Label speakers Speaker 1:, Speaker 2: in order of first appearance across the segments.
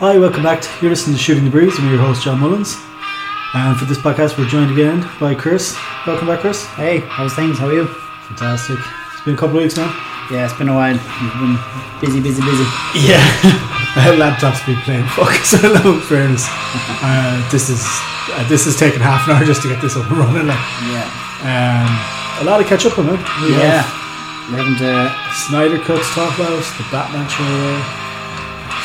Speaker 1: Hi, welcome back. To, you're listening to Shooting the Breeze. I'm your host, John Mullins. And for this podcast, we're joined again by Chris. Welcome back, Chris.
Speaker 2: Hey, how's things? How are you?
Speaker 1: Fantastic. It's been a couple of weeks now.
Speaker 2: Yeah, it's been a while. You've been busy, busy, busy.
Speaker 1: Yeah. My laptop's been playing fuck so long, in fairness. Uh, this is uh, this has taken half an hour just to get this up and running. Like,
Speaker 2: Yeah.
Speaker 1: um, a lot of catch up on it. We have
Speaker 2: Yeah. We haven't, uh,
Speaker 1: Snyder Cut to talk about, the Batman trailer,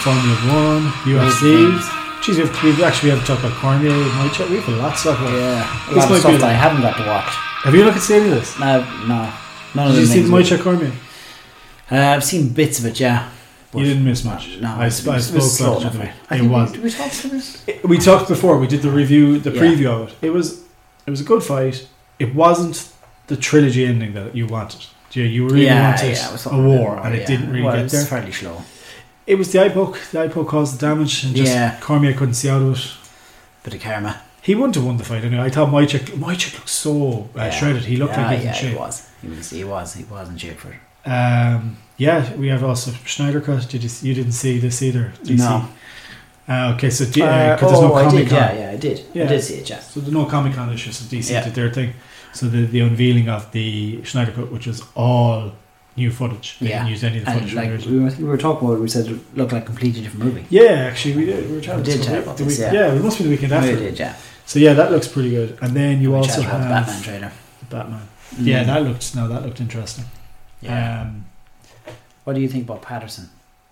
Speaker 1: Formula One, UFC. Jeez, we have, we actually we haven't talked about Cormier, my chat. We have a lot to talk about.
Speaker 2: yeah, a
Speaker 1: This
Speaker 2: lot
Speaker 1: might
Speaker 2: of
Speaker 1: be
Speaker 2: stuff that
Speaker 1: the-
Speaker 2: I haven't got to watch.
Speaker 1: Have you looked at any of this?
Speaker 2: No, no. None of
Speaker 1: Did you see
Speaker 2: the
Speaker 1: the
Speaker 2: things.
Speaker 1: My
Speaker 2: we-
Speaker 1: Chat Cormier?
Speaker 2: Uh, I've seen bits of it, yeah.
Speaker 1: You didn't miss much.
Speaker 2: No,
Speaker 1: I,
Speaker 2: it
Speaker 1: sp- I
Speaker 2: was- it was
Speaker 1: spoke
Speaker 2: slow
Speaker 1: about it.
Speaker 2: enough. I
Speaker 1: It
Speaker 2: think we-
Speaker 1: was.
Speaker 2: Did we talk about this?
Speaker 1: We talked before. We did the review, the
Speaker 2: Yeah.
Speaker 1: preview of it. It was, it was a good fight. It wasn't the trilogy ending that you wanted. Yeah, you really wanted
Speaker 2: it was
Speaker 1: a
Speaker 2: something
Speaker 1: war,
Speaker 2: like that.
Speaker 1: and it
Speaker 2: Yeah.
Speaker 1: didn't really
Speaker 2: well,
Speaker 1: get
Speaker 2: it's
Speaker 1: there.
Speaker 2: fairly slow.
Speaker 1: It was the eye poke. The eye poke caused the damage, and just
Speaker 2: Yeah.
Speaker 1: Cormier couldn't see out of it.
Speaker 2: Bit of karma.
Speaker 1: He wouldn't have won the fight anyway. I thought Mychek, Mychek looked so uh,
Speaker 2: Yeah.
Speaker 1: shredded. He looked
Speaker 2: yeah,
Speaker 1: like he was
Speaker 2: yeah,
Speaker 1: in shape.
Speaker 2: he was. He was. He was. He was in shape for it.
Speaker 1: Um, yeah, we have also Schneider cut. Did you, you didn't see this either? Did you
Speaker 2: No.
Speaker 1: see? Uh, okay, so because
Speaker 2: Uh,
Speaker 1: there's no
Speaker 2: oh, I
Speaker 1: Comic
Speaker 2: did.
Speaker 1: Con,
Speaker 2: Yeah, yeah, I did.
Speaker 1: Yeah.
Speaker 2: I did see it. Yeah.
Speaker 1: so there's no Comic Con issues. So DC
Speaker 2: Yeah.
Speaker 1: did their thing. So the the unveiling of the Schneider cut, which was all new footage. They
Speaker 2: Yeah.
Speaker 1: didn't use any of the
Speaker 2: And
Speaker 1: footage. from the
Speaker 2: like
Speaker 1: original.
Speaker 2: we were, we were talking about, it, we said it looked like a completely different movie.
Speaker 1: yeah, actually, we did. We were chatting
Speaker 2: We did
Speaker 1: so
Speaker 2: chat
Speaker 1: we-
Speaker 2: about
Speaker 1: the
Speaker 2: this,
Speaker 1: week-
Speaker 2: yeah.
Speaker 1: Yeah, it must be the weekend
Speaker 2: We
Speaker 1: after.
Speaker 2: did, yeah.
Speaker 1: So yeah, that looks pretty good. And then you
Speaker 2: We
Speaker 1: also
Speaker 2: chatted about the
Speaker 1: have
Speaker 2: Batman trailer.
Speaker 1: the Batman.
Speaker 2: Mm.
Speaker 1: Yeah, that looked no, that looked interesting.
Speaker 2: Yeah.
Speaker 1: Um,
Speaker 2: what do you think about Patterson?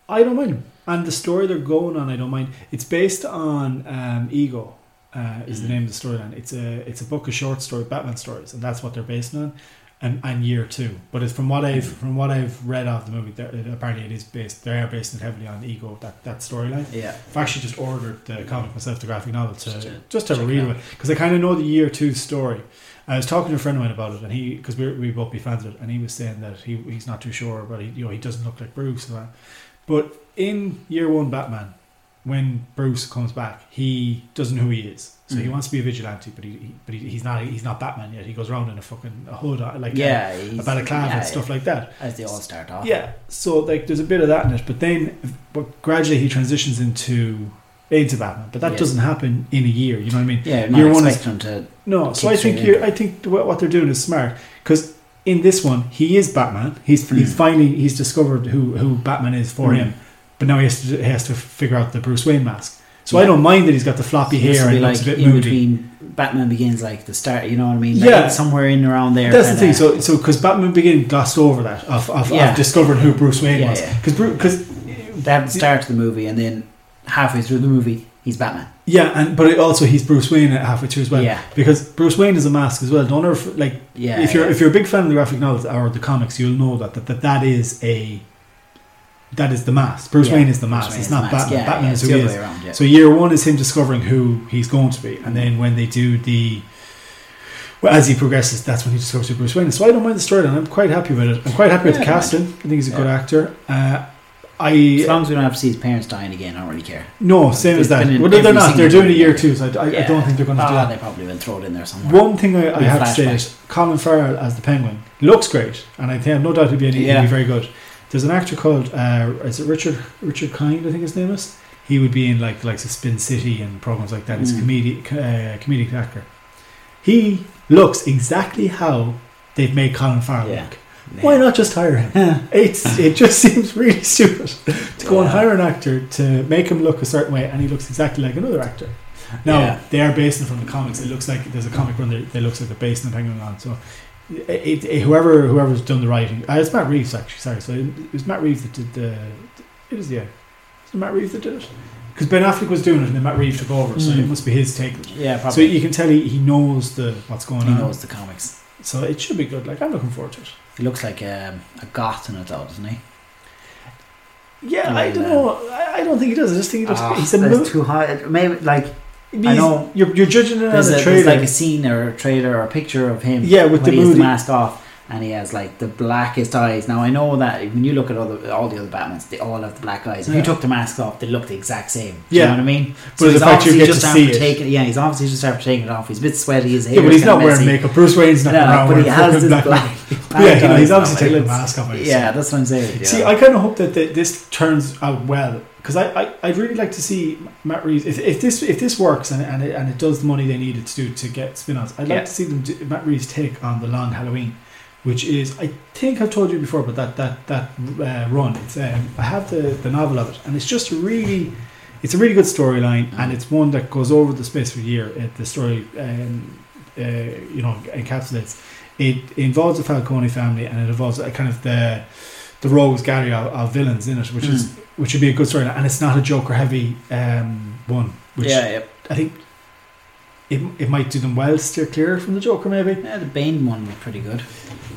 Speaker 1: I don't mind. And the story they're going on, I don't mind. It's based on um, Ego, uh, is the
Speaker 2: Mhm.
Speaker 1: name of the storyline. It's a it's a book of short story Batman stories, and that's what they're based on, and and year two. But it's from what I've
Speaker 2: Mhm.
Speaker 1: from what I've read of the movie, they're- apparently it is based. They are basing it heavily on Ego that that storyline.
Speaker 2: Yeah.
Speaker 1: I've actually just ordered the comic myself, the graphic novel, to
Speaker 2: Just
Speaker 1: just,
Speaker 2: to
Speaker 1: have a
Speaker 2: check it
Speaker 1: read of
Speaker 2: out.
Speaker 1: it because I kind of know the year two story. I was talking to a friend of mine about it, and he because we we both be fans of it, and he was saying that he he's not too sure, but he you know he doesn't look like Bruce. And that. But in year one, Batman, when Bruce comes back, he doesn't know who he is, so he
Speaker 2: Mhm.
Speaker 1: wants to be a vigilante, but he, he but he, he's not he's not Batman yet. He goes around in a fucking a hood uh, like a,
Speaker 2: yeah.
Speaker 1: a
Speaker 2: he's-
Speaker 1: balaclava
Speaker 2: yeah,
Speaker 1: and stuff like that.
Speaker 2: As they all start off.
Speaker 1: Yeah, so like there's a bit of that in it, but then but gradually he transitions into into Batman, but that
Speaker 2: Yeah.
Speaker 1: doesn't happen in a year. You know what I mean?
Speaker 2: Yeah. Not
Speaker 1: Year one is-
Speaker 2: expecting them to.
Speaker 1: No. So I
Speaker 2: Kicks
Speaker 1: think
Speaker 2: right
Speaker 1: you're,
Speaker 2: in.
Speaker 1: I think what what they're doing is smart because in this one he is Batman. He's he's
Speaker 2: Mm.
Speaker 1: finally he's discovered who who Batman is for
Speaker 2: Mm.
Speaker 1: him, but now he has to he has to figure out the Bruce Wayne mask. So I
Speaker 2: Yeah.
Speaker 1: don't mind that he's got the floppy
Speaker 2: This
Speaker 1: hair
Speaker 2: will be
Speaker 1: and
Speaker 2: like
Speaker 1: looks a bit
Speaker 2: in
Speaker 1: moody.
Speaker 2: between Batman Begins, like the start. You know what I mean? Like,
Speaker 1: Yeah.
Speaker 2: it's Somewhere in around there.
Speaker 1: That's the
Speaker 2: kinda-
Speaker 1: thing. So, so because Batman Begin glossed over that of, of,
Speaker 2: Yeah.
Speaker 1: of discovering who Bruce Wayne
Speaker 2: Yeah,
Speaker 1: was
Speaker 2: yeah.
Speaker 1: because because
Speaker 2: they have the start of the movie, and then halfway through the movie, he's Batman.
Speaker 1: yeah, and but it also he's Bruce Wayne at halfway through as well.
Speaker 2: yeah.
Speaker 1: because Bruce Wayne is a mask as well. Don't ever f- like
Speaker 2: Yeah.
Speaker 1: if you're
Speaker 2: yeah.
Speaker 1: if you're a big fan of the graphic novels or the comics, you'll know that that that, that is a that is the mask. Bruce
Speaker 2: Yeah,
Speaker 1: Wayne is the
Speaker 2: Bruce
Speaker 1: mask.
Speaker 2: Wayne
Speaker 1: It's
Speaker 2: is the
Speaker 1: not
Speaker 2: mask.
Speaker 1: Batman.
Speaker 2: Yeah,
Speaker 1: Batman
Speaker 2: yeah,
Speaker 1: is
Speaker 2: it's
Speaker 1: who
Speaker 2: the
Speaker 1: he
Speaker 2: other
Speaker 1: is.
Speaker 2: way around, yeah.
Speaker 1: So year one is him discovering who he's going to be, and then when they do the well, as he progresses, that's when he discovers who Bruce Wayne is. So I don't mind the storyline. I'm quite happy with it. I'm quite happy with the
Speaker 2: Yeah, I don't
Speaker 1: casting. I think he's a good
Speaker 2: Yeah.
Speaker 1: actor. Uh,
Speaker 2: as
Speaker 1: I
Speaker 2: long as we don't have to see his parents dying again, I don't really care.
Speaker 1: no same as
Speaker 2: There's
Speaker 1: that.
Speaker 2: been in
Speaker 1: Well, they're
Speaker 2: every
Speaker 1: not. They're
Speaker 2: single
Speaker 1: doing a
Speaker 2: movie.
Speaker 1: year two, so I, I, I
Speaker 2: Yeah.
Speaker 1: don't think they're going to do
Speaker 2: Ah,
Speaker 1: that.
Speaker 2: they probably will throw it in there somewhere.
Speaker 1: One thing I, I
Speaker 2: Yeah,
Speaker 1: have to say
Speaker 2: flashback.
Speaker 1: is Colin Farrell as the Penguin looks great, and I think I've no doubt he'll be, any, he'll
Speaker 2: Yeah.
Speaker 1: be very good. There's an actor called uh, is it Richard Richard Kind? I think his name is. He would be in like the likes of Spin City and programs like that. He's a
Speaker 2: Mm.
Speaker 1: comedic uh, comedic actor. He looks exactly how they've made Colin Farrell
Speaker 2: Yeah.
Speaker 1: look.
Speaker 2: Yeah.
Speaker 1: Why not just hire him? it's it just seems really stupid to go and
Speaker 2: Yeah.
Speaker 1: hire an actor to make him look a certain way, and he looks exactly like another actor. Now
Speaker 2: Yeah.
Speaker 1: they are basing from the comics. It looks like there's a comic run that, that looks like they're basing the penguin on. So it, it, whoever whoever's done the writing, uh, it's Matt Reeves actually. Sorry, so it was Matt Reeves that did the. It was yeah, it's Matt Reeves that did it because Ben Affleck was doing it, and then Matt Reeves took over. So
Speaker 2: Mm.
Speaker 1: it must be his take.
Speaker 2: Yeah,
Speaker 1: So
Speaker 2: probably.
Speaker 1: you can tell he, he knows the what's going
Speaker 2: he
Speaker 1: on.
Speaker 2: knows the comics.
Speaker 1: So it should be good. Like I'm looking forward to it.
Speaker 2: He looks like um, a goth in it, though, doesn't he?
Speaker 1: Yeah,
Speaker 2: And
Speaker 1: I don't
Speaker 2: then-
Speaker 1: know. I, I don't think he does. I just think he just.
Speaker 2: Ah,
Speaker 1: he's a
Speaker 2: that's
Speaker 1: mo-
Speaker 2: too high. Maybe like
Speaker 1: he's,
Speaker 2: I know-
Speaker 1: you're, you're judging it on
Speaker 2: there's,
Speaker 1: the
Speaker 2: a, there's
Speaker 1: trailer.
Speaker 2: like a scene or a trailer or a picture of him.
Speaker 1: Yeah, with
Speaker 2: when
Speaker 1: the
Speaker 2: he has
Speaker 1: moody-
Speaker 2: the mask off, and he has like the blackest eyes. Now I know that when you look at all the all the other Batmans, they all have the black eyes. If
Speaker 1: Yeah.
Speaker 2: you took the mask off, they look the exact same. Do
Speaker 1: Yeah.
Speaker 2: you know what I mean?
Speaker 1: But the fact you
Speaker 2: obviously
Speaker 1: get to
Speaker 2: after
Speaker 1: see it.
Speaker 2: taking yeah, he's obviously just after taking it off. He's a bit sweaty. His hair
Speaker 1: Yeah, but
Speaker 2: is
Speaker 1: he's
Speaker 2: kinda
Speaker 1: not wearing
Speaker 2: messy.
Speaker 1: makeup. Bruce Wayne's not
Speaker 2: No,
Speaker 1: around
Speaker 2: but
Speaker 1: wearing
Speaker 2: he has
Speaker 1: fucking black.
Speaker 2: this black. black
Speaker 1: Yeah, you know,
Speaker 2: eyes
Speaker 1: he's
Speaker 2: now,
Speaker 1: obviously
Speaker 2: like,
Speaker 1: taking the
Speaker 2: it's-
Speaker 1: mask off. I assume.
Speaker 2: Yeah, that's what I'm saying. Yeah.
Speaker 1: See, I kind of hope that th- this turns out well because I, I I'd really like to see Matt Reeves if, if this if this works and and it, and it does the money they needed to do to get spin-offs. I'd like
Speaker 2: Yeah.
Speaker 1: to see them do, Matt Reeves take on the Long Halloween, which is I think I've told you before, but that that that uh, run. It's um, I have the the novel of it, and it's just really. It's a really good storyline, and it's one that goes over the space of a year. It, the story, um, uh, you know, encapsulates. It involves the Falcone family, and it involves a kind of the the rogues gallery of, of villains in it, which is
Speaker 2: Hmm.
Speaker 1: which would be a good story, and it's not a Joker heavy um, one, which
Speaker 2: yeah, yeah.
Speaker 1: I think it, it might do them well to steer clear from the Joker, maybe.
Speaker 2: Yeah, the Bane one was pretty good.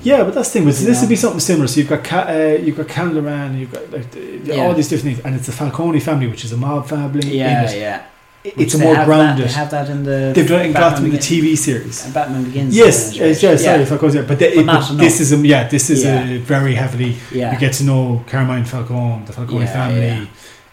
Speaker 1: Yeah, but that's the thing. Was this
Speaker 2: Yeah.
Speaker 1: would be something similar? So you've got Ca- uh, you've got Candleman, you've got like, the- the- all
Speaker 2: Yeah.
Speaker 1: these different things, and it's the Falcone family, which is a mob family. in
Speaker 2: Yeah,
Speaker 1: it.
Speaker 2: yeah.
Speaker 1: It- it's a
Speaker 2: They
Speaker 1: more
Speaker 2: have that-
Speaker 1: grounded.
Speaker 2: They have that in the.
Speaker 1: They've done it in
Speaker 2: Batman
Speaker 1: Gotham in the
Speaker 2: Begins-
Speaker 1: TV series.
Speaker 2: and Batman Begins.
Speaker 1: Yes,
Speaker 2: yeah,
Speaker 1: uh, yeah, sorry
Speaker 2: yeah,
Speaker 1: if I go there, but, they,
Speaker 2: But
Speaker 1: but
Speaker 2: not
Speaker 1: this is a yeah, this is
Speaker 2: Yeah.
Speaker 1: a very heavily
Speaker 2: yeah.
Speaker 1: you get to know Carmine Falcone, the Falcone
Speaker 2: Yeah,
Speaker 1: family.
Speaker 2: yeah.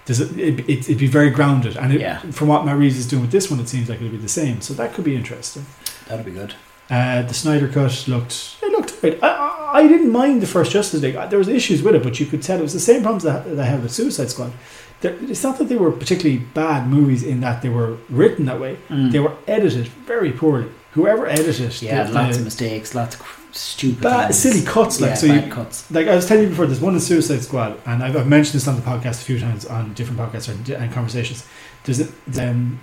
Speaker 1: There's a, it, it, it'd be very grounded, and it,
Speaker 2: Yeah.
Speaker 1: from what Matt Reeves is doing with this one, it seems like it'll be the same. So that could be interesting.
Speaker 2: That'd be good.
Speaker 1: Uh, the Snyder cut looked it looked great. I, I, I didn't mind the first Justice League. I- There was issues with it, but you could tell it was the same problems that, that I had with Suicide Squad. There, it's not that they were particularly bad movies in that they were written that way.
Speaker 2: Mm.
Speaker 1: They were edited very poorly. Whoever edited,
Speaker 2: yeah,
Speaker 1: the-
Speaker 2: lots
Speaker 1: the
Speaker 2: of mistakes, lots of cr- stupid
Speaker 1: bad,
Speaker 2: lines.
Speaker 1: silly cuts. Like
Speaker 2: yeah,
Speaker 1: so,
Speaker 2: bad
Speaker 1: you,
Speaker 2: cuts.
Speaker 1: like I was telling you before, there's one in Suicide Squad, and I've, I've mentioned this on the podcast a few times on different podcasts or, di- and conversations. There's a, there's, um,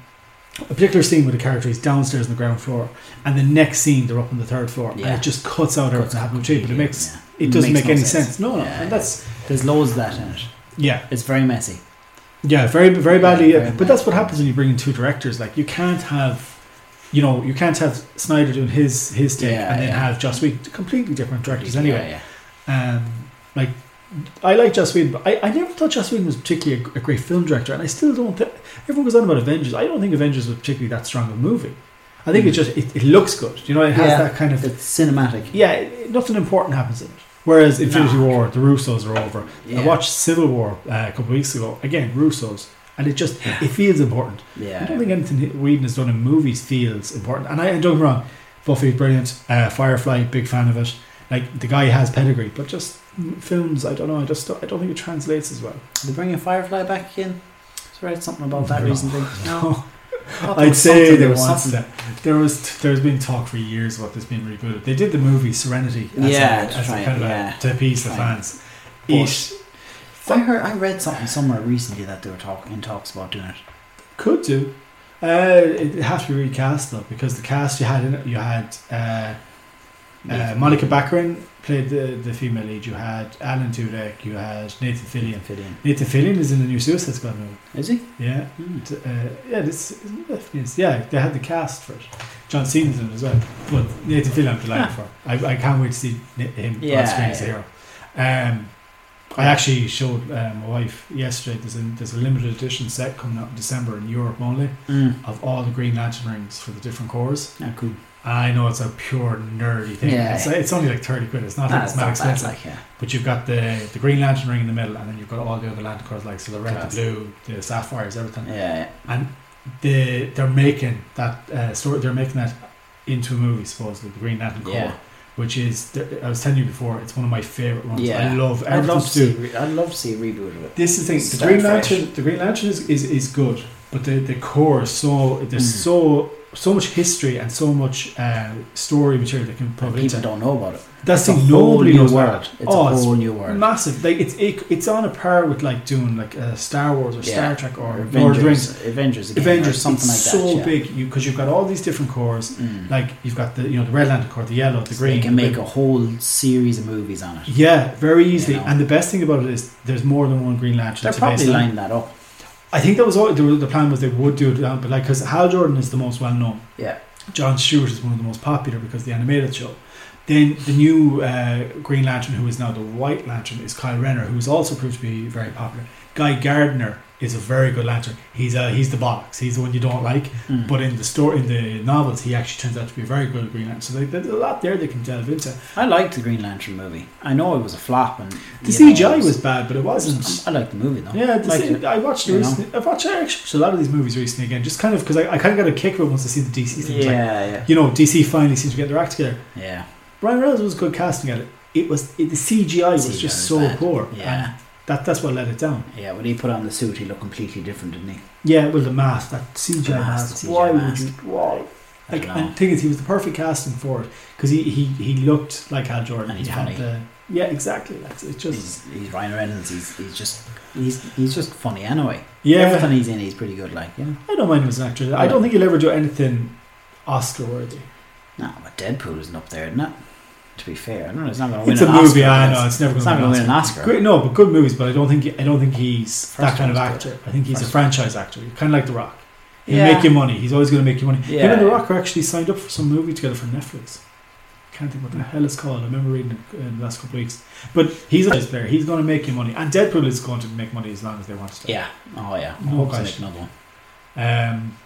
Speaker 1: a particular scene where the character is downstairs on the ground floor, and the next scene they're up on the third floor,
Speaker 2: Yeah.
Speaker 1: and it just cuts out everything
Speaker 2: Cuts
Speaker 1: that happened to you, but it
Speaker 2: completely,
Speaker 1: makes
Speaker 2: yeah.
Speaker 1: it doesn't
Speaker 2: Makes
Speaker 1: make
Speaker 2: no
Speaker 1: any
Speaker 2: sense.
Speaker 1: sense. No, no,
Speaker 2: Yeah,
Speaker 1: and that's
Speaker 2: There's loads of that in it.
Speaker 1: yeah,
Speaker 2: It's very messy.
Speaker 1: yeah, very very badly.
Speaker 2: Very
Speaker 1: but
Speaker 2: bad.
Speaker 1: that's what happens when you bring in two directors. Like you can't have. You know, you can't have Snyder doing his his take
Speaker 2: Yeah,
Speaker 1: and then
Speaker 2: yeah.
Speaker 1: have Joss Whedon completely different directors anyway.
Speaker 2: Yeah,
Speaker 1: Um, like I like Joss Whedon, but I, I never thought Joss Whedon was particularly a, a great film director, and I still don't. Th- everyone goes on about Avengers. I don't think Avengers was particularly that strong a movie. I think it
Speaker 2: Mm.
Speaker 1: just it, it looks good. You know, it has
Speaker 2: Yeah.
Speaker 1: that kind
Speaker 2: yeah.
Speaker 1: of
Speaker 2: It's cinematic.
Speaker 1: yeah. It, nothing important happens in it. Whereas Infinity
Speaker 2: No.
Speaker 1: War, the Russos are over.
Speaker 2: Yeah.
Speaker 1: I watched Civil War uh, a couple of weeks ago. Again, Russos, and it just it feels important. I don't
Speaker 2: Yeah.
Speaker 1: think anything Whedon has done in movies feels important. And I and don't get me wrong, Buffy's brilliant. Uh, Firefly, big fan of it. Like the guy has pedigree, but just mm, films, I don't know. I just don't, I don't think it translates as well.
Speaker 2: They're bringing Firefly back again. I read something about that
Speaker 1: No.
Speaker 2: recently. No. I thought there
Speaker 1: I'd
Speaker 2: was
Speaker 1: say
Speaker 2: something,
Speaker 1: there was
Speaker 2: something.
Speaker 1: something. There was there's been talk for years about this being rebooted. They did the movie Serenity. As
Speaker 2: Yeah,
Speaker 1: a,
Speaker 2: to
Speaker 1: as
Speaker 2: try
Speaker 1: a
Speaker 2: it,
Speaker 1: kind of
Speaker 2: yeah.
Speaker 1: a, to appease the
Speaker 2: Try it.
Speaker 1: fans.
Speaker 2: But-
Speaker 1: It
Speaker 2: I heard. I read something somewhere recently that they were talking in talks about doing it.
Speaker 1: could do. Uh, it has to be recast though because the cast you had in it, you had. Uh, Uh, Monica Baccarin played the, the female lead. You had Alan Tudyk. You had Nathan Fillion.
Speaker 2: Fit in.
Speaker 1: Nathan Fillion is in the new Suicide Squad movie.
Speaker 2: Is he?
Speaker 1: Yeah,
Speaker 2: Hmm.
Speaker 1: T- uh, yeah, this isn't it? Yes, yeah. They had the cast for it. John Cena's in it as well, but Nathan Fillion I'm delighted for. I, I can't wait to see Na- him
Speaker 2: Yeah,
Speaker 1: on screen as a hero. Um, I actually showed uh, my wife yesterday. There's a, there's a limited edition set coming out in December in Europe only
Speaker 2: Mm.
Speaker 1: of all the Green Lantern rings for the different cores.
Speaker 2: Ah, cool.
Speaker 1: I know it's a pure nerdy thing.
Speaker 2: Yeah.
Speaker 1: It's, it's only like 30 quid. It's not,
Speaker 2: Nah,
Speaker 1: it's
Speaker 2: it's
Speaker 1: not
Speaker 2: not bad,
Speaker 1: expensive.
Speaker 2: like, yeah.
Speaker 1: but you've got the, the Green Lantern ring in the middle, and then you've got all the other lantern colours, like so the red,
Speaker 2: Class.
Speaker 1: the blue, the sapphires, everything.
Speaker 2: Yeah, yeah.
Speaker 1: And they, they're making that uh, story, they're making that into a movie, supposedly, the Green Lantern Corps,
Speaker 2: Yeah.
Speaker 1: which is, I was telling you before, it's one of my favourite ones.
Speaker 2: Yeah.
Speaker 1: I love
Speaker 2: I'd
Speaker 1: everything
Speaker 2: love to
Speaker 1: to do
Speaker 2: see. Re- I'd love to see a reboot of it.
Speaker 1: this is the thing. The
Speaker 2: Start
Speaker 1: Green
Speaker 2: fresh.
Speaker 1: Lantern, the Green Lantern is, is, is good, but the, the core is so there's
Speaker 2: Mm.
Speaker 1: so so much history and so much uh, story material that can probably
Speaker 2: People don't know about it.
Speaker 1: That's
Speaker 2: It's a
Speaker 1: the thing,
Speaker 2: whole
Speaker 1: nobody
Speaker 2: new
Speaker 1: knows about
Speaker 2: world.
Speaker 1: it.
Speaker 2: It's
Speaker 1: Oh,
Speaker 2: a
Speaker 1: it's
Speaker 2: whole new world.
Speaker 1: massive. Like it's it, it's on a par with like doing like uh, Star Wars or
Speaker 2: Yeah.
Speaker 1: Star Trek or Lord of the Rings.
Speaker 2: Avengers, Avengers, again,
Speaker 1: Avengers,
Speaker 2: or something
Speaker 1: it's
Speaker 2: like that.
Speaker 1: so
Speaker 2: yeah.
Speaker 1: big you because you've got all these different cores.
Speaker 2: Mm.
Speaker 1: Like you've got the you know the Red Lantern core, the yellow, the green.
Speaker 2: They can
Speaker 1: the
Speaker 2: make
Speaker 1: blue.
Speaker 2: a whole series of movies on it.
Speaker 1: yeah, very easily.
Speaker 2: know.
Speaker 1: And the best thing about it is there's more than one Green Lantern.
Speaker 2: They're
Speaker 1: to base
Speaker 2: probably
Speaker 1: it on.
Speaker 2: lining that up.
Speaker 1: I think that was all. The, the plan was they would do it, um, but like because Hal Jordan is the most well known.
Speaker 2: Yeah.
Speaker 1: John Stewart is one of the most popular because of the animated show. Then the new uh, Green Lantern, who is now the White Lantern, is Kyle Renner, who is also proved to be very popular. Guy Gardner is a very good lantern. He's a, he's the bollocks. He's the one you don't like.
Speaker 2: Mm.
Speaker 1: But in the store, in the novels, he actually turns out to be a very good Green Lantern. So they, there's a lot there they can delve into.
Speaker 2: I liked the Green Lantern movie. I know it was a flop, and
Speaker 1: The
Speaker 2: you know,
Speaker 1: CGI
Speaker 2: it
Speaker 1: was, bad, but it wasn't.
Speaker 2: I liked the movie though.
Speaker 1: Yeah, the
Speaker 2: Liked
Speaker 1: same-
Speaker 2: it.
Speaker 1: I watched the
Speaker 2: you know.
Speaker 1: recently. I've watched, I actually watched a lot of these movies recently again, just kind of because I, I kind of got a kick of it once I see the DC things. Like,
Speaker 2: yeah, yeah,
Speaker 1: you know, DC finally seems to get their act together.
Speaker 2: yeah.
Speaker 1: Brian Reynolds was good casting at it. It was it, the CGI was
Speaker 2: CGI
Speaker 1: just
Speaker 2: was
Speaker 1: so
Speaker 2: bad.
Speaker 1: poor.
Speaker 2: Yeah.
Speaker 1: and that that's what let it down.
Speaker 2: Yeah, when he put on the suit, he looked completely different, didn't he?
Speaker 1: Yeah, well, the mask, that CGI
Speaker 2: The mask,
Speaker 1: mask.
Speaker 2: the CGI
Speaker 1: why
Speaker 2: mask.
Speaker 1: would you? Why?
Speaker 2: I
Speaker 1: Like,
Speaker 2: don't
Speaker 1: and
Speaker 2: know.
Speaker 1: the thing is, he was the perfect casting for it because he, he, he looked like Hal Jordan.
Speaker 2: And he's
Speaker 1: he had
Speaker 2: funny.
Speaker 1: the yeah, exactly. That's it. Just
Speaker 2: He's, he's Ryan Reynolds. He's, he's just he's he's just funny anyway.
Speaker 1: yeah,
Speaker 2: Everything he's in, he's pretty good. Like yeah,
Speaker 1: I don't mind him as an actor. I don't think he'll ever do anything Oscar worthy.
Speaker 2: no, but Deadpool isn't up there, isn't it? To be fair, I don't know. It's not going to win.
Speaker 1: It's a
Speaker 2: an
Speaker 1: movie.
Speaker 2: Oscar,
Speaker 1: I
Speaker 2: but
Speaker 1: know it's never
Speaker 2: It's
Speaker 1: going
Speaker 2: not
Speaker 1: to
Speaker 2: going to win an Oscar.
Speaker 1: Great, no, but good movies. But I don't think I don't think he's that
Speaker 2: First
Speaker 1: kind of
Speaker 2: one was
Speaker 1: actor. I think he's
Speaker 2: First
Speaker 1: a franchise actor. Kind of like The Rock. He'll
Speaker 2: Yeah.
Speaker 1: make you money. He's always going to make you money. Him
Speaker 2: Yeah.
Speaker 1: and The Rock are actually signed up for some movie together for Netflix. Can't think what the hell it's called. I remember reading it in the last couple of weeks. But he's a player. He's going to make you money, and Deadpool is going to make money as long as they want to.
Speaker 2: Yeah. Oh yeah.
Speaker 1: No
Speaker 2: No
Speaker 1: question.
Speaker 2: another one.
Speaker 1: Um,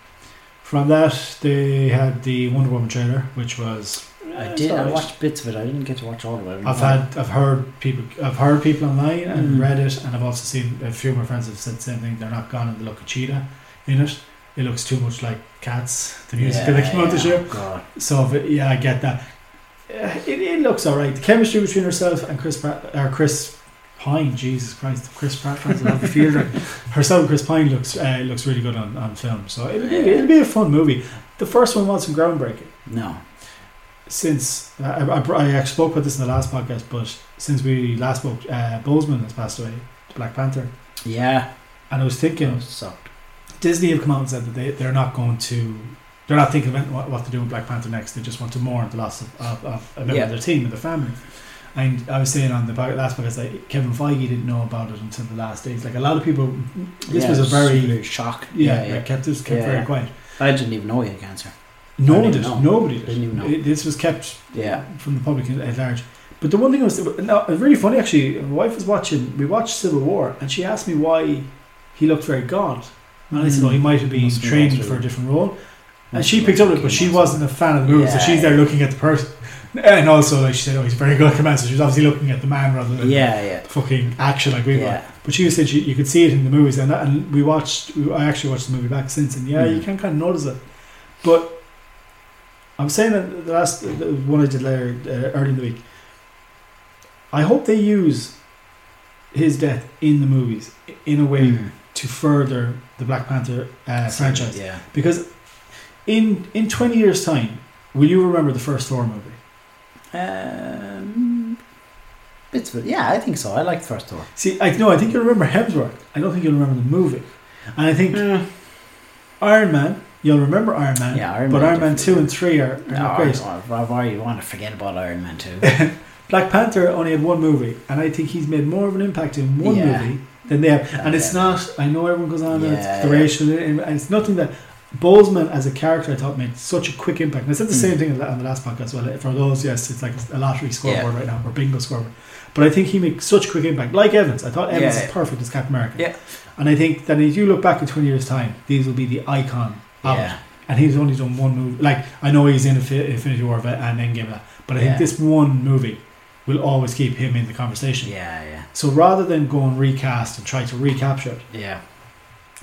Speaker 1: from that, they had the Wonder Woman trailer, which was
Speaker 2: I
Speaker 1: eh,
Speaker 2: did. I
Speaker 1: alright.
Speaker 2: watched bits of it. I didn't get to watch all of it.
Speaker 1: I've had, I've heard people, I've heard people online and
Speaker 2: Mm.
Speaker 1: read it, and I've also seen a few of my friends have said the same thing. They're not gone on the look of cheetah in it. It looks too much like cats. The music that came out this year.
Speaker 2: Oh, God.
Speaker 1: So if it- yeah, I get that. Uh, It, it looks all right. The chemistry between herself and Chris Pratt, or Chris Pine, Jesus Christ, Chris Pratt fans will have a field. day. Herself and Chris Pine looks uh, looks really good on, on film. So it'll be, it'll be a fun movie. The first one wasn't groundbreaking.
Speaker 2: No.
Speaker 1: Since I, I, I actually spoke about this in the last podcast, but since we last spoke, uh, Bozeman has passed away, the Black Panther,
Speaker 2: Yeah.
Speaker 1: and I was thinking
Speaker 2: Sucked.
Speaker 1: Disney have come out and said that they, they're not going to they're not thinking about what, what to do with Black Panther next. They just want to mourn the loss of, of, of a member
Speaker 2: Yeah.
Speaker 1: of their team and their family. And I was saying on the po- last podcast that Kevin Feige didn't know about it until the last days. Like a lot of people, this
Speaker 2: Yeah,
Speaker 1: was a very
Speaker 2: super shock.
Speaker 1: yeah,
Speaker 2: Yeah. yeah.
Speaker 1: it kept this kept
Speaker 2: Yeah,
Speaker 1: very
Speaker 2: yeah.
Speaker 1: quiet.
Speaker 2: I didn't even know he had cancer.
Speaker 1: No one
Speaker 2: didn't
Speaker 1: did,
Speaker 2: know.
Speaker 1: nobody did.
Speaker 2: Didn't even know.
Speaker 1: It- this was kept
Speaker 2: Yeah.
Speaker 1: from the public at large. But the one thing was no, it's really funny actually. My wife was watching. We watched Civil War, and she asked me why he looked very gaunt. And I said,
Speaker 2: Mm.
Speaker 1: "Well, he might have been
Speaker 2: Must be
Speaker 1: trained
Speaker 2: altered.
Speaker 1: for a different role." And she picked up it, but she
Speaker 2: Fucking
Speaker 1: wasn't a fan of the movie, so
Speaker 2: Yeah.
Speaker 1: she's there looking at the person. And also, like she said, "Oh, he's a very good command." So she was obviously looking at the man rather
Speaker 2: awesome.
Speaker 1: than
Speaker 2: Yeah. Yeah.
Speaker 1: the fucking action like we were.
Speaker 2: Yeah.
Speaker 1: But she said she, you could see it in the movies, and that, and we watched. we- I actually watched the movie back since, and yeah,
Speaker 2: Mhm.
Speaker 1: you can kind of notice it. But I'm saying that the last the one I did later uh, early in the week. I hope they use his death in the movies i- in a way
Speaker 2: Mm.
Speaker 1: to further the Black Panther uh, franchise
Speaker 2: Yeah.
Speaker 1: because in in 20 years' time, will you remember the first Thor movie?
Speaker 2: Um, bits of it. Yeah, I think so. I liked the first Thor.
Speaker 1: See, I no, I think you'll remember Hemsworth. I don't think you'll remember the movie, and I
Speaker 2: Mm.
Speaker 1: think. Iron Man, you'll remember Iron Man.
Speaker 2: Yeah, Iron
Speaker 1: but
Speaker 2: Man
Speaker 1: Iron Man
Speaker 2: definitely.
Speaker 1: 2 and 3 are, are
Speaker 2: No,
Speaker 1: not
Speaker 2: Oh, I,
Speaker 1: great.
Speaker 2: I've I've already want to forget about Iron Man too.
Speaker 1: Black Panther only had one movie, and I think he's made more of an impact in one
Speaker 2: Yeah.
Speaker 1: movie than they have. And it's
Speaker 2: Yeah.
Speaker 1: not, I know everyone goes on and it's
Speaker 2: Yeah,
Speaker 1: the
Speaker 2: yeah.
Speaker 1: racial, and it's nothing that. Bozeman as a character, I thought made such a quick impact. And I said the
Speaker 2: Mm.
Speaker 1: same thing on the on the last podcast. as Well, for those, yes, it's like a lottery scoreboard
Speaker 2: Yeah.
Speaker 1: right now or bingo scoreboard. But I think he made such a quick impact. Like Evans, I thought Evans
Speaker 2: Yeah.
Speaker 1: is perfect as Captain America.
Speaker 2: Yeah.
Speaker 1: And I think that if you look back in twenty years' time, these will be the icon of it.
Speaker 2: yeah,
Speaker 1: and he's only done one movie. Like I know he's in Infi- Infinity War and Endgame, and that, but I
Speaker 2: Yeah.
Speaker 1: think this one movie will always keep him in the conversation.
Speaker 2: yeah, yeah,
Speaker 1: So rather than go and recast and try to recapture it,
Speaker 2: yeah,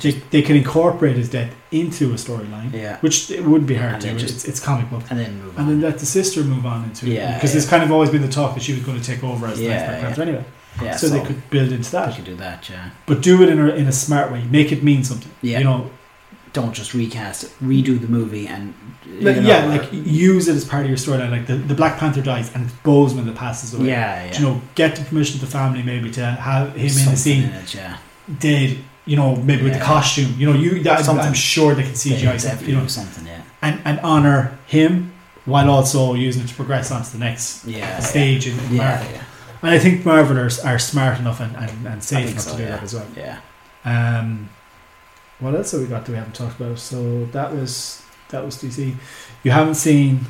Speaker 1: they, they can incorporate his death into a storyline,
Speaker 2: yeah,
Speaker 1: which it wouldn't be hard
Speaker 2: And
Speaker 1: to.
Speaker 2: then
Speaker 1: do.
Speaker 2: just-
Speaker 1: it's, it's comic book.
Speaker 2: and then move on.
Speaker 1: And then let the sister move on into it.
Speaker 2: Yeah,
Speaker 1: because there's kind of always been the talk that she was going to take over as the next
Speaker 2: Yeah,
Speaker 1: Black
Speaker 2: yeah.
Speaker 1: Panther anyway.
Speaker 2: yeah,
Speaker 1: so, they could build into
Speaker 2: they
Speaker 1: that.
Speaker 2: could do that. Yeah,
Speaker 1: But do it in a, in a smart way. Make it mean something.
Speaker 2: Yeah.
Speaker 1: You know,
Speaker 2: don't just recast, it. redo the movie, and
Speaker 1: Like,
Speaker 2: you know, uh,
Speaker 1: yeah,
Speaker 2: or-
Speaker 1: like use it as part of your storyline. Like the, the Black Panther dies and it's Bozeman that passes away.
Speaker 2: yeah, yeah.
Speaker 1: Do you know, get the permission of the family maybe to have him in the
Speaker 2: Something
Speaker 1: scene
Speaker 2: it, yeah,
Speaker 1: dead. You know, maybe with the
Speaker 2: Yeah.
Speaker 1: costume. You know, you that, I'm
Speaker 2: Something.
Speaker 1: sure they can
Speaker 2: They
Speaker 1: CGI something.
Speaker 2: definitely
Speaker 1: You know,
Speaker 2: do something. Yeah,
Speaker 1: and and honor him while also using it to progress onto the next
Speaker 2: yeah,
Speaker 1: stage in, in
Speaker 2: yeah,
Speaker 1: Marvel.
Speaker 2: yeah, yeah.
Speaker 1: And I think Marvel are, are smart enough and, and, and
Speaker 2: I
Speaker 1: safe
Speaker 2: think
Speaker 1: enough
Speaker 2: so,
Speaker 1: to do
Speaker 2: yeah.
Speaker 1: that as well.
Speaker 2: yeah.
Speaker 1: Um, what else have we got that we haven't talked about? So that was that was DC. You haven't seen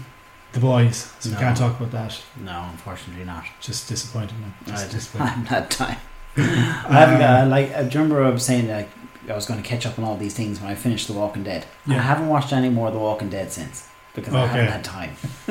Speaker 1: The Boys, so we
Speaker 2: No.
Speaker 1: can't talk about that.
Speaker 2: No, unfortunately not.
Speaker 1: Just disappointed. Man.
Speaker 2: I
Speaker 1: Just
Speaker 2: just
Speaker 1: disappointed.
Speaker 2: I'm not time. I haven't got, like. I remember I was saying that I was going to catch up on all these things when I finished The Walking Dead. And I
Speaker 1: Yeah.
Speaker 2: haven't watched any more of The Walking Dead since because I haven't
Speaker 1: Okay.
Speaker 2: had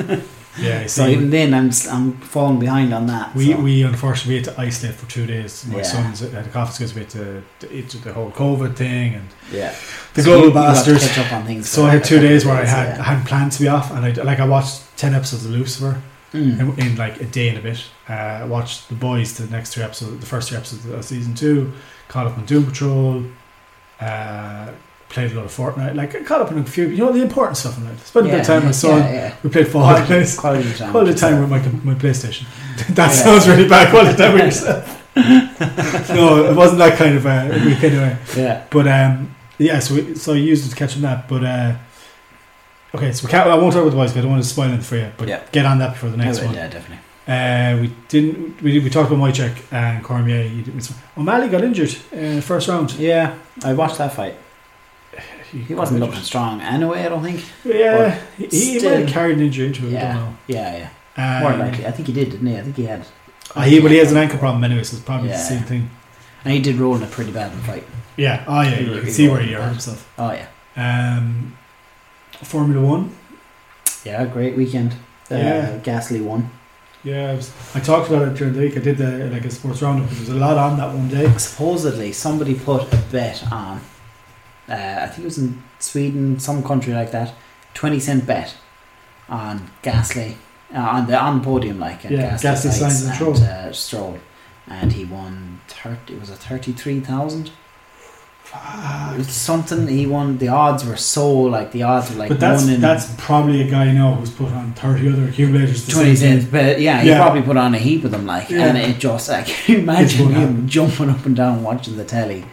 Speaker 2: time.
Speaker 1: Yeah, I
Speaker 2: So
Speaker 1: see.
Speaker 2: even then, I'm I'm falling behind on that.
Speaker 1: We,
Speaker 2: so.
Speaker 1: we unfortunately we had to isolate for two days. My
Speaker 2: Yeah.
Speaker 1: son's at the office because we had to, to, it- the whole COVID thing and
Speaker 2: yeah.
Speaker 1: the
Speaker 2: So you-
Speaker 1: global
Speaker 2: you have to
Speaker 1: bastards.
Speaker 2: catch up on things.
Speaker 1: So
Speaker 2: for
Speaker 1: I
Speaker 2: a
Speaker 1: had two
Speaker 2: couple
Speaker 1: days
Speaker 2: of
Speaker 1: where I had
Speaker 2: yeah.
Speaker 1: I had plans to be off, and I like I watched ten episodes of Lucifer
Speaker 2: Mm.
Speaker 1: in, in like a day and a bit. Uh, I watched The Boys, the next two episodes, the first two episodes of season two. Caught up on Doom Patrol. Uh, played a lot of Fortnite. Like I caught up on a few, you know, the important stuff in life. Spent a bit of time with my son.
Speaker 2: Yeah, yeah.
Speaker 1: We played Fall
Speaker 2: Quality,
Speaker 1: Guys.
Speaker 2: quality time.
Speaker 1: Quality time with my com- my PlayStation. that
Speaker 2: Yeah.
Speaker 1: sounds really bad. Quality time with yourself. no, it wasn't that kind of uh, week anyway.
Speaker 2: Yeah.
Speaker 1: But um, yeah, so we, so I used it to catch on that. But uh, okay, so we can't. I won't talk about the boys. 'cause I don't want to spoil it for you. But
Speaker 2: Yeah.
Speaker 1: get on that before the next
Speaker 2: Oh,
Speaker 1: one.
Speaker 2: Yeah, definitely.
Speaker 1: Uh, we didn't. We, we talked about Moychek and Cormier. You didn't, it's- O'Malley got injured in the first round.
Speaker 2: Yeah, I watched that fight.
Speaker 1: He,
Speaker 2: He
Speaker 1: got
Speaker 2: wasn't
Speaker 1: injured.
Speaker 2: looking strong anyway. I don't think.
Speaker 1: Yeah, he, he might
Speaker 2: still-
Speaker 1: have carried an injury into it. I don't know.
Speaker 2: Yeah, yeah.
Speaker 1: Um,
Speaker 2: More likely, I think he did, didn't he? I think he had.
Speaker 1: uh, he, but he has an ankle problem anyway, so it's probably the
Speaker 2: Yeah.
Speaker 1: same thing.
Speaker 2: And he did roll in a pretty bad fight.
Speaker 1: Yeah. Oh yeah. You
Speaker 2: He-
Speaker 1: can
Speaker 2: he
Speaker 1: see where he
Speaker 2: wasn't
Speaker 1: hurt
Speaker 2: bad.
Speaker 1: himself.
Speaker 2: Oh yeah,
Speaker 1: Um, Formula One.
Speaker 2: yeah, great weekend. Uh,
Speaker 1: Yeah.
Speaker 2: Gasly won.
Speaker 1: Yeah, I, was, I talked about it during the week. I did the like a sports roundup. There was a lot on that one day.
Speaker 2: Supposedly, somebody put a bet on. Uh, I think it was in Sweden, some country like that. Twenty cent bet on Gasly uh, on the on the podium, like and
Speaker 1: Yeah, Gasly
Speaker 2: fights
Speaker 1: signs and Stroll.
Speaker 2: Uh, Stroll, and he won thirty. It was a thirty-three thousand.
Speaker 1: Fuck.
Speaker 2: It's something he won. The odds were so like the odds were like
Speaker 1: but that's
Speaker 2: one in
Speaker 1: that's probably a guy you know who's put on thirty other accumulators. the
Speaker 2: twenty
Speaker 1: same
Speaker 2: cents. But yeah, he
Speaker 1: Yeah.
Speaker 2: probably put on a heap of them. Like,
Speaker 1: Yeah.
Speaker 2: and it just like can you
Speaker 1: It's
Speaker 2: imagine
Speaker 1: what
Speaker 2: him
Speaker 1: happened.
Speaker 2: jumping up and down watching the telly.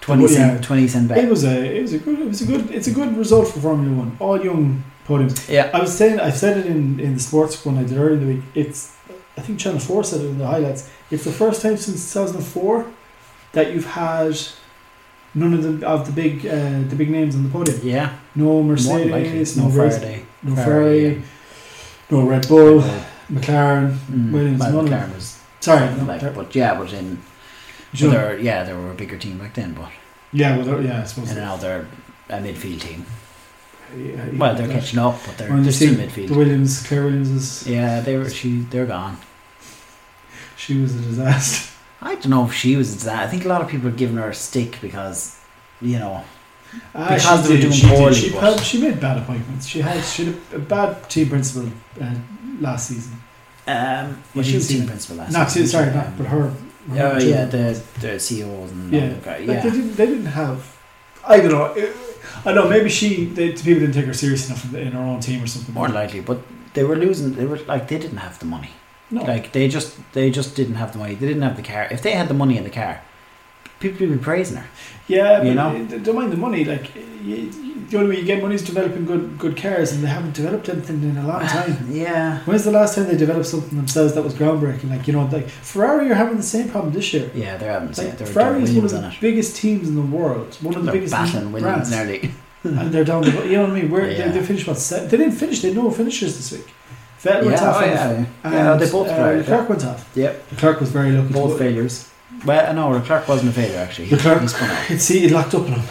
Speaker 2: Twenty
Speaker 1: Well,
Speaker 2: cent,
Speaker 1: yeah.
Speaker 2: twenty cent
Speaker 1: day. It
Speaker 2: bet.
Speaker 1: was a it was a good it was a good it's a good result for Formula One. All young podiums.
Speaker 2: Yeah,
Speaker 1: I was saying I said it in in the sports one I did earlier in the week. It's I think Channel Four said it in the highlights. It's the first time since two thousand and four that you've had none of the of the big uh, the big names on the podium.
Speaker 2: yeah.
Speaker 1: No
Speaker 2: More than likely,
Speaker 1: Mercedes, no,
Speaker 2: no
Speaker 1: Red-
Speaker 2: Faraday,
Speaker 1: no
Speaker 2: Ferrari,
Speaker 1: Ferrari, no Red Bull. McLaren.
Speaker 2: mm,
Speaker 1: Williams,
Speaker 2: well,
Speaker 1: none of
Speaker 2: McLaren was
Speaker 1: Sorry, no,
Speaker 2: like,
Speaker 1: McLaren.
Speaker 2: but yeah, but in
Speaker 1: Sure.
Speaker 2: well, they're- yeah, they were a bigger team back then, but
Speaker 1: yeah, well, they're- yeah, I suppose.
Speaker 2: and uh,
Speaker 1: They're,
Speaker 2: now they're a midfield team.
Speaker 1: yeah,
Speaker 2: Well, they're
Speaker 1: yeah.
Speaker 2: catching up, but they're,
Speaker 1: Well,
Speaker 2: they're
Speaker 1: you
Speaker 2: still
Speaker 1: see The
Speaker 2: midfield.
Speaker 1: Williams, Claire Williams is
Speaker 2: Yeah, they were. She, they're gone.
Speaker 1: she was a disaster.
Speaker 2: I don't know if she was that. I think a lot of people are giving her a stick because, you know,
Speaker 1: Ah,
Speaker 2: Because
Speaker 1: she
Speaker 2: they were
Speaker 1: did,
Speaker 2: doing
Speaker 1: she did.
Speaker 2: poorly,
Speaker 1: She,
Speaker 2: but-
Speaker 1: had- she made bad appointments. She had she had a, a bad team principal uh, last season.
Speaker 2: um, well,
Speaker 1: didn't
Speaker 2: she was
Speaker 1: see
Speaker 2: team
Speaker 1: that.
Speaker 2: principal last.
Speaker 1: Not
Speaker 2: season,
Speaker 1: too, sorry,
Speaker 2: um,
Speaker 1: not but her. her
Speaker 2: Oh
Speaker 1: children.
Speaker 2: yeah, the the CEOs and
Speaker 1: Yeah.
Speaker 2: all that guy,
Speaker 1: Like,
Speaker 2: yeah.
Speaker 1: They didn't. They didn't have. I don't know. It, I don't know. Maybe she. They, people didn't take her serious enough in, the, in her own team or something.
Speaker 2: More than likely, but they were losing. They were like they didn't have the money.
Speaker 1: no.
Speaker 2: Like they just they just didn't have the money. They didn't have the car. If they had the money in the car, people would be praising her.
Speaker 1: Yeah, but
Speaker 2: You know?
Speaker 1: uh, don't mind the money. Like you, the only way you get money is developing good good cars, and they haven't developed anything in a long time.
Speaker 2: Yeah.
Speaker 1: When's the last time they developed something themselves that was groundbreaking? Like you know, like Ferrari are having the same problem this year.
Speaker 2: Yeah, they're having
Speaker 1: Like,
Speaker 2: like, they're
Speaker 1: Ferrari
Speaker 2: doing
Speaker 1: is one of
Speaker 2: Williams on
Speaker 1: the
Speaker 2: it.
Speaker 1: biggest teams in the world, one of the
Speaker 2: They're
Speaker 1: biggest
Speaker 2: battling Williams
Speaker 1: brands,
Speaker 2: nearly.
Speaker 1: and they're down. The, you know what I mean? Where
Speaker 2: Yeah.
Speaker 1: they, they finished about seven. They didn't finish. They had no finishers this week. Vettel went
Speaker 2: yeah,
Speaker 1: off
Speaker 2: oh,
Speaker 1: on-
Speaker 2: yeah, yeah.
Speaker 1: and,
Speaker 2: yeah, they both
Speaker 1: uh,
Speaker 2: tried.
Speaker 1: Leclerc went off.
Speaker 2: Yep,
Speaker 1: Leclerc was very lucky.
Speaker 2: both failures. Well, no, Clark wasn't a failure actually. He,
Speaker 1: Leclerc-
Speaker 2: he spun out.
Speaker 1: Could see it locked up on him.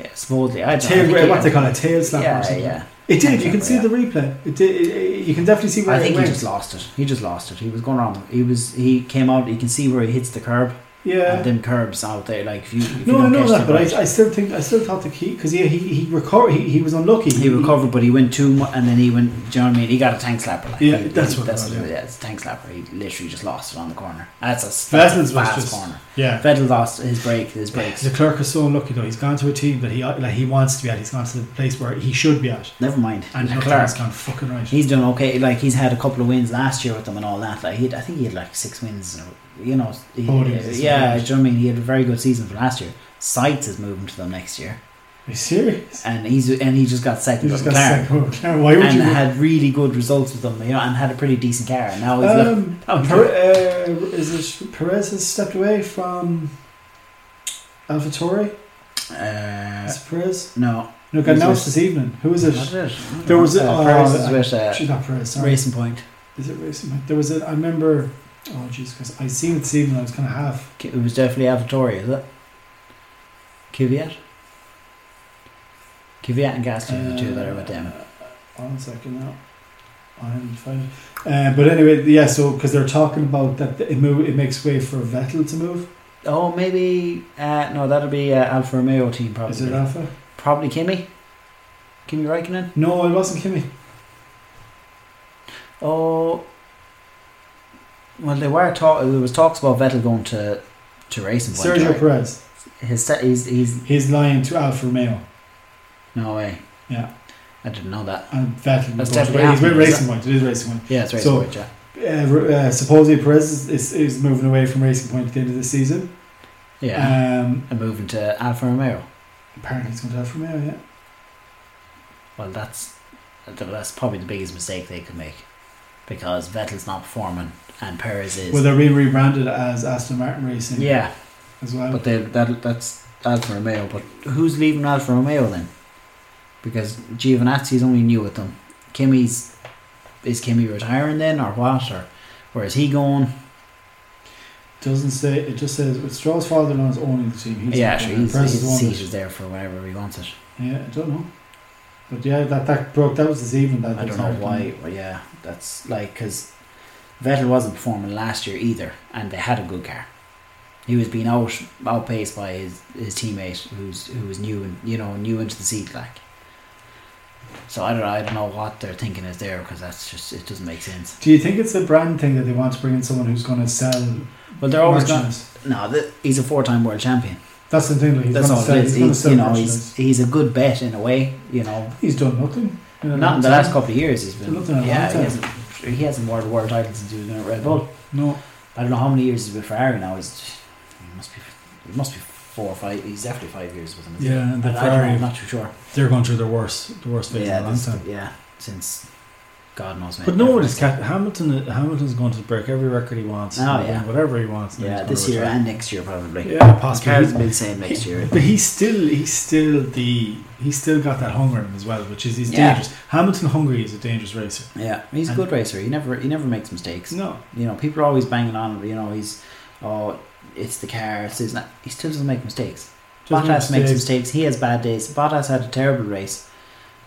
Speaker 2: Yeah, smoothly. I don't know, I
Speaker 1: Tail,
Speaker 2: think he-
Speaker 1: what they call it, tail slap or
Speaker 2: Yeah,
Speaker 1: something.
Speaker 2: yeah.
Speaker 1: It did. You
Speaker 2: Can't
Speaker 1: can see the replay. It did. It, it- you can definitely see where
Speaker 2: I think
Speaker 1: it
Speaker 2: he
Speaker 1: went.
Speaker 2: just lost it. He just lost it. He was going around. He was. He came out. You can see where he hits the curb.
Speaker 1: yeah.
Speaker 2: And them curbs out there, like if you. If you
Speaker 1: No, I
Speaker 2: don't
Speaker 1: know
Speaker 2: catch
Speaker 1: that,
Speaker 2: them
Speaker 1: but
Speaker 2: right,
Speaker 1: I, I still think I still thought the key because yeah, he he recovered. He, he was unlucky.
Speaker 2: he recovered, but he went too much, and then he went. Do you know what I mean? He got a tank slapper. Like,
Speaker 1: Yeah,
Speaker 2: he,
Speaker 1: that's
Speaker 2: he,
Speaker 1: what it
Speaker 2: that's
Speaker 1: was,
Speaker 2: what-
Speaker 1: yeah.
Speaker 2: yeah, it's a tank slapper. He literally just lost it on the corner. That's a s- that's a
Speaker 1: Vettel's was
Speaker 2: fast
Speaker 1: just
Speaker 2: corner.
Speaker 1: yeah.
Speaker 2: Vettel lost his break. His breaks.
Speaker 1: The clerk is so unlucky though. He's gone to a team that he like he wants to be at. He's gone to the place where he should be at,
Speaker 2: Never mind.
Speaker 1: and
Speaker 2: Leclerc.
Speaker 1: Leclerc's gone fucking right.
Speaker 2: He's done okay. Like he's had a couple of wins last year with them and all that. Like he, I think he had like six wins. or- You know, he,
Speaker 1: Podiums this
Speaker 2: yeah.
Speaker 1: year.
Speaker 2: Do you know what I mean? He had a very good season for last year. Sites is moving to them next year,
Speaker 1: Are you serious?
Speaker 2: and he's and he just got
Speaker 1: He
Speaker 2: second.
Speaker 1: just
Speaker 2: with
Speaker 1: got
Speaker 2: Leclerc.
Speaker 1: sacked. Oh, Leclerc, Why would
Speaker 2: and
Speaker 1: you?
Speaker 2: had really good results with them, you know, and had a pretty decent car. And now he's left.
Speaker 1: Um,
Speaker 2: Oh, he's
Speaker 1: Per, uh, is it Perez has stepped away from AlphaTauri?
Speaker 2: Uh,
Speaker 1: Is it Perez?
Speaker 2: no,
Speaker 1: No, got
Speaker 2: Who's
Speaker 1: announced this evening. Who is it?
Speaker 2: Not it.
Speaker 1: There was a-
Speaker 2: uh,
Speaker 1: oh,
Speaker 2: Perez is
Speaker 1: uh,
Speaker 2: with uh,
Speaker 1: She's not Perez. Sorry.
Speaker 2: Racing Point.
Speaker 1: Is it racing? There was a. I remember Oh jeez, because I seen it seen and I was kind of half.
Speaker 2: It was definitely Avatoria, is it? Kvyat? Kvyat and Gasly are the two that are with them.
Speaker 1: Uh, One second now. I'm fine. Uh, but anyway, yeah. So because they're talking about that it move, it makes way for Vettel to move.
Speaker 2: Oh, maybe. Uh, no, that'll be uh, Alfa Romeo team, probably.
Speaker 1: Is it Alpha?
Speaker 2: Probably Kimi. Kimi Raikkonen?
Speaker 1: No, it wasn't Kimmy.
Speaker 2: Oh. Well, they were talk. There was talks about Vettel going to to racing.
Speaker 1: Sergio Perez.
Speaker 2: His se- he's, he's
Speaker 1: He's lying to Alfa Romeo,
Speaker 2: no way.
Speaker 1: Yeah.
Speaker 2: I didn't know that.
Speaker 1: and Vettel.
Speaker 2: That's
Speaker 1: was going to-
Speaker 2: definitely
Speaker 1: he's with
Speaker 2: happening,
Speaker 1: racing point. It is racing point.
Speaker 2: Yeah, it's right.
Speaker 1: So-
Speaker 2: So, yeah.
Speaker 1: Uh, r- uh, supposedly Perez is, is, is moving away from racing point at the end of the season.
Speaker 2: yeah.
Speaker 1: Um,
Speaker 2: and moving to Alfa Romeo.
Speaker 1: apparently, it's going to Alfa Romeo. Yeah.
Speaker 2: Well, that's that's probably the biggest mistake they could make because Vettel's not performing and Perez is.
Speaker 1: Well, they're being rebranded as Aston Martin Racing.
Speaker 2: yeah,
Speaker 1: As well.
Speaker 2: but they, that that's Alfa Romeo. But who's leaving Alfa Romeo then? Because Giovinazzi's only new with them. Kimmy's is Kimmy retiring then or what? Or where is he going?
Speaker 1: Doesn't say. It just says with Stroll's father in law is owning the team. He's
Speaker 2: yeah,
Speaker 1: the
Speaker 2: actually,
Speaker 1: owner.
Speaker 2: he's,
Speaker 1: Perez is the
Speaker 2: his
Speaker 1: owner.
Speaker 2: seat is there for whenever he wants it.
Speaker 1: Yeah, I don't know. But yeah, that that broke. That was this evening. That
Speaker 2: I
Speaker 1: was
Speaker 2: don't know
Speaker 1: happening.
Speaker 2: why. Well, yeah, that's like because Vettel wasn't performing last year either, and they had a good car. He was being out outpaced by his, his teammate, who's who was new and you know new into the seat like. So I don't know, I don't know what they're thinking is there because that's just it doesn't make sense.
Speaker 1: Do you think it's the brand thing that they want to bring in someone who's going to sell?
Speaker 2: Well, they're always going.
Speaker 1: merchandise?
Speaker 2: No, th he's a four-time world champion.
Speaker 1: That's the thing. Like, he's
Speaker 2: that's
Speaker 1: gonna
Speaker 2: all
Speaker 1: sell,
Speaker 2: it is.
Speaker 1: He's, gonna
Speaker 2: He's,
Speaker 1: sell
Speaker 2: you know,
Speaker 1: merchandise.
Speaker 2: he's he's a good bet in a way. You know,
Speaker 1: he's done nothing. You know,
Speaker 2: not in the last couple of years he's been.
Speaker 1: Nothing in a
Speaker 2: Yeah,
Speaker 1: long
Speaker 2: he
Speaker 1: time.
Speaker 2: hasn't, he hasn't won a world title since he was in Red Bull.
Speaker 1: No,
Speaker 2: I don't know how many years he's with Ferrari now. Is it must be it must be four or five. He's definitely five years with him. isn't it?
Speaker 1: yeah, and the
Speaker 2: I, I don't know,
Speaker 1: Ferrari.
Speaker 2: I'm not too sure.
Speaker 1: they're going through their worst, the worst phase in a long
Speaker 2: this-
Speaker 1: time.
Speaker 2: yeah, since God knows.
Speaker 1: But no one is cat. Hamilton. Hamilton's going to break every record he wants.
Speaker 2: Oh,
Speaker 1: and
Speaker 2: yeah.
Speaker 1: win whatever he wants. and
Speaker 2: Yeah,
Speaker 1: he's
Speaker 2: this
Speaker 1: gonna
Speaker 2: year
Speaker 1: retire.
Speaker 2: and next year probably.
Speaker 1: Yeah,
Speaker 2: Car's
Speaker 1: possibly.
Speaker 2: been saying next year.
Speaker 1: But he's still, he's still the, he's still got that hunger in him as well, which is he's
Speaker 2: Yeah.
Speaker 1: dangerous. Hamilton hungry is a dangerous racer.
Speaker 2: Yeah, he's a
Speaker 1: And-
Speaker 2: good racer. He never he never makes mistakes.
Speaker 1: No,
Speaker 2: You know, people are always banging on. You know, he's oh, it's the car. It's his. na-" He still doesn't make mistakes.
Speaker 1: Doesn't
Speaker 2: Bottas
Speaker 1: make mistakes.
Speaker 2: makes mistakes. He has bad days. Bottas had a terrible race.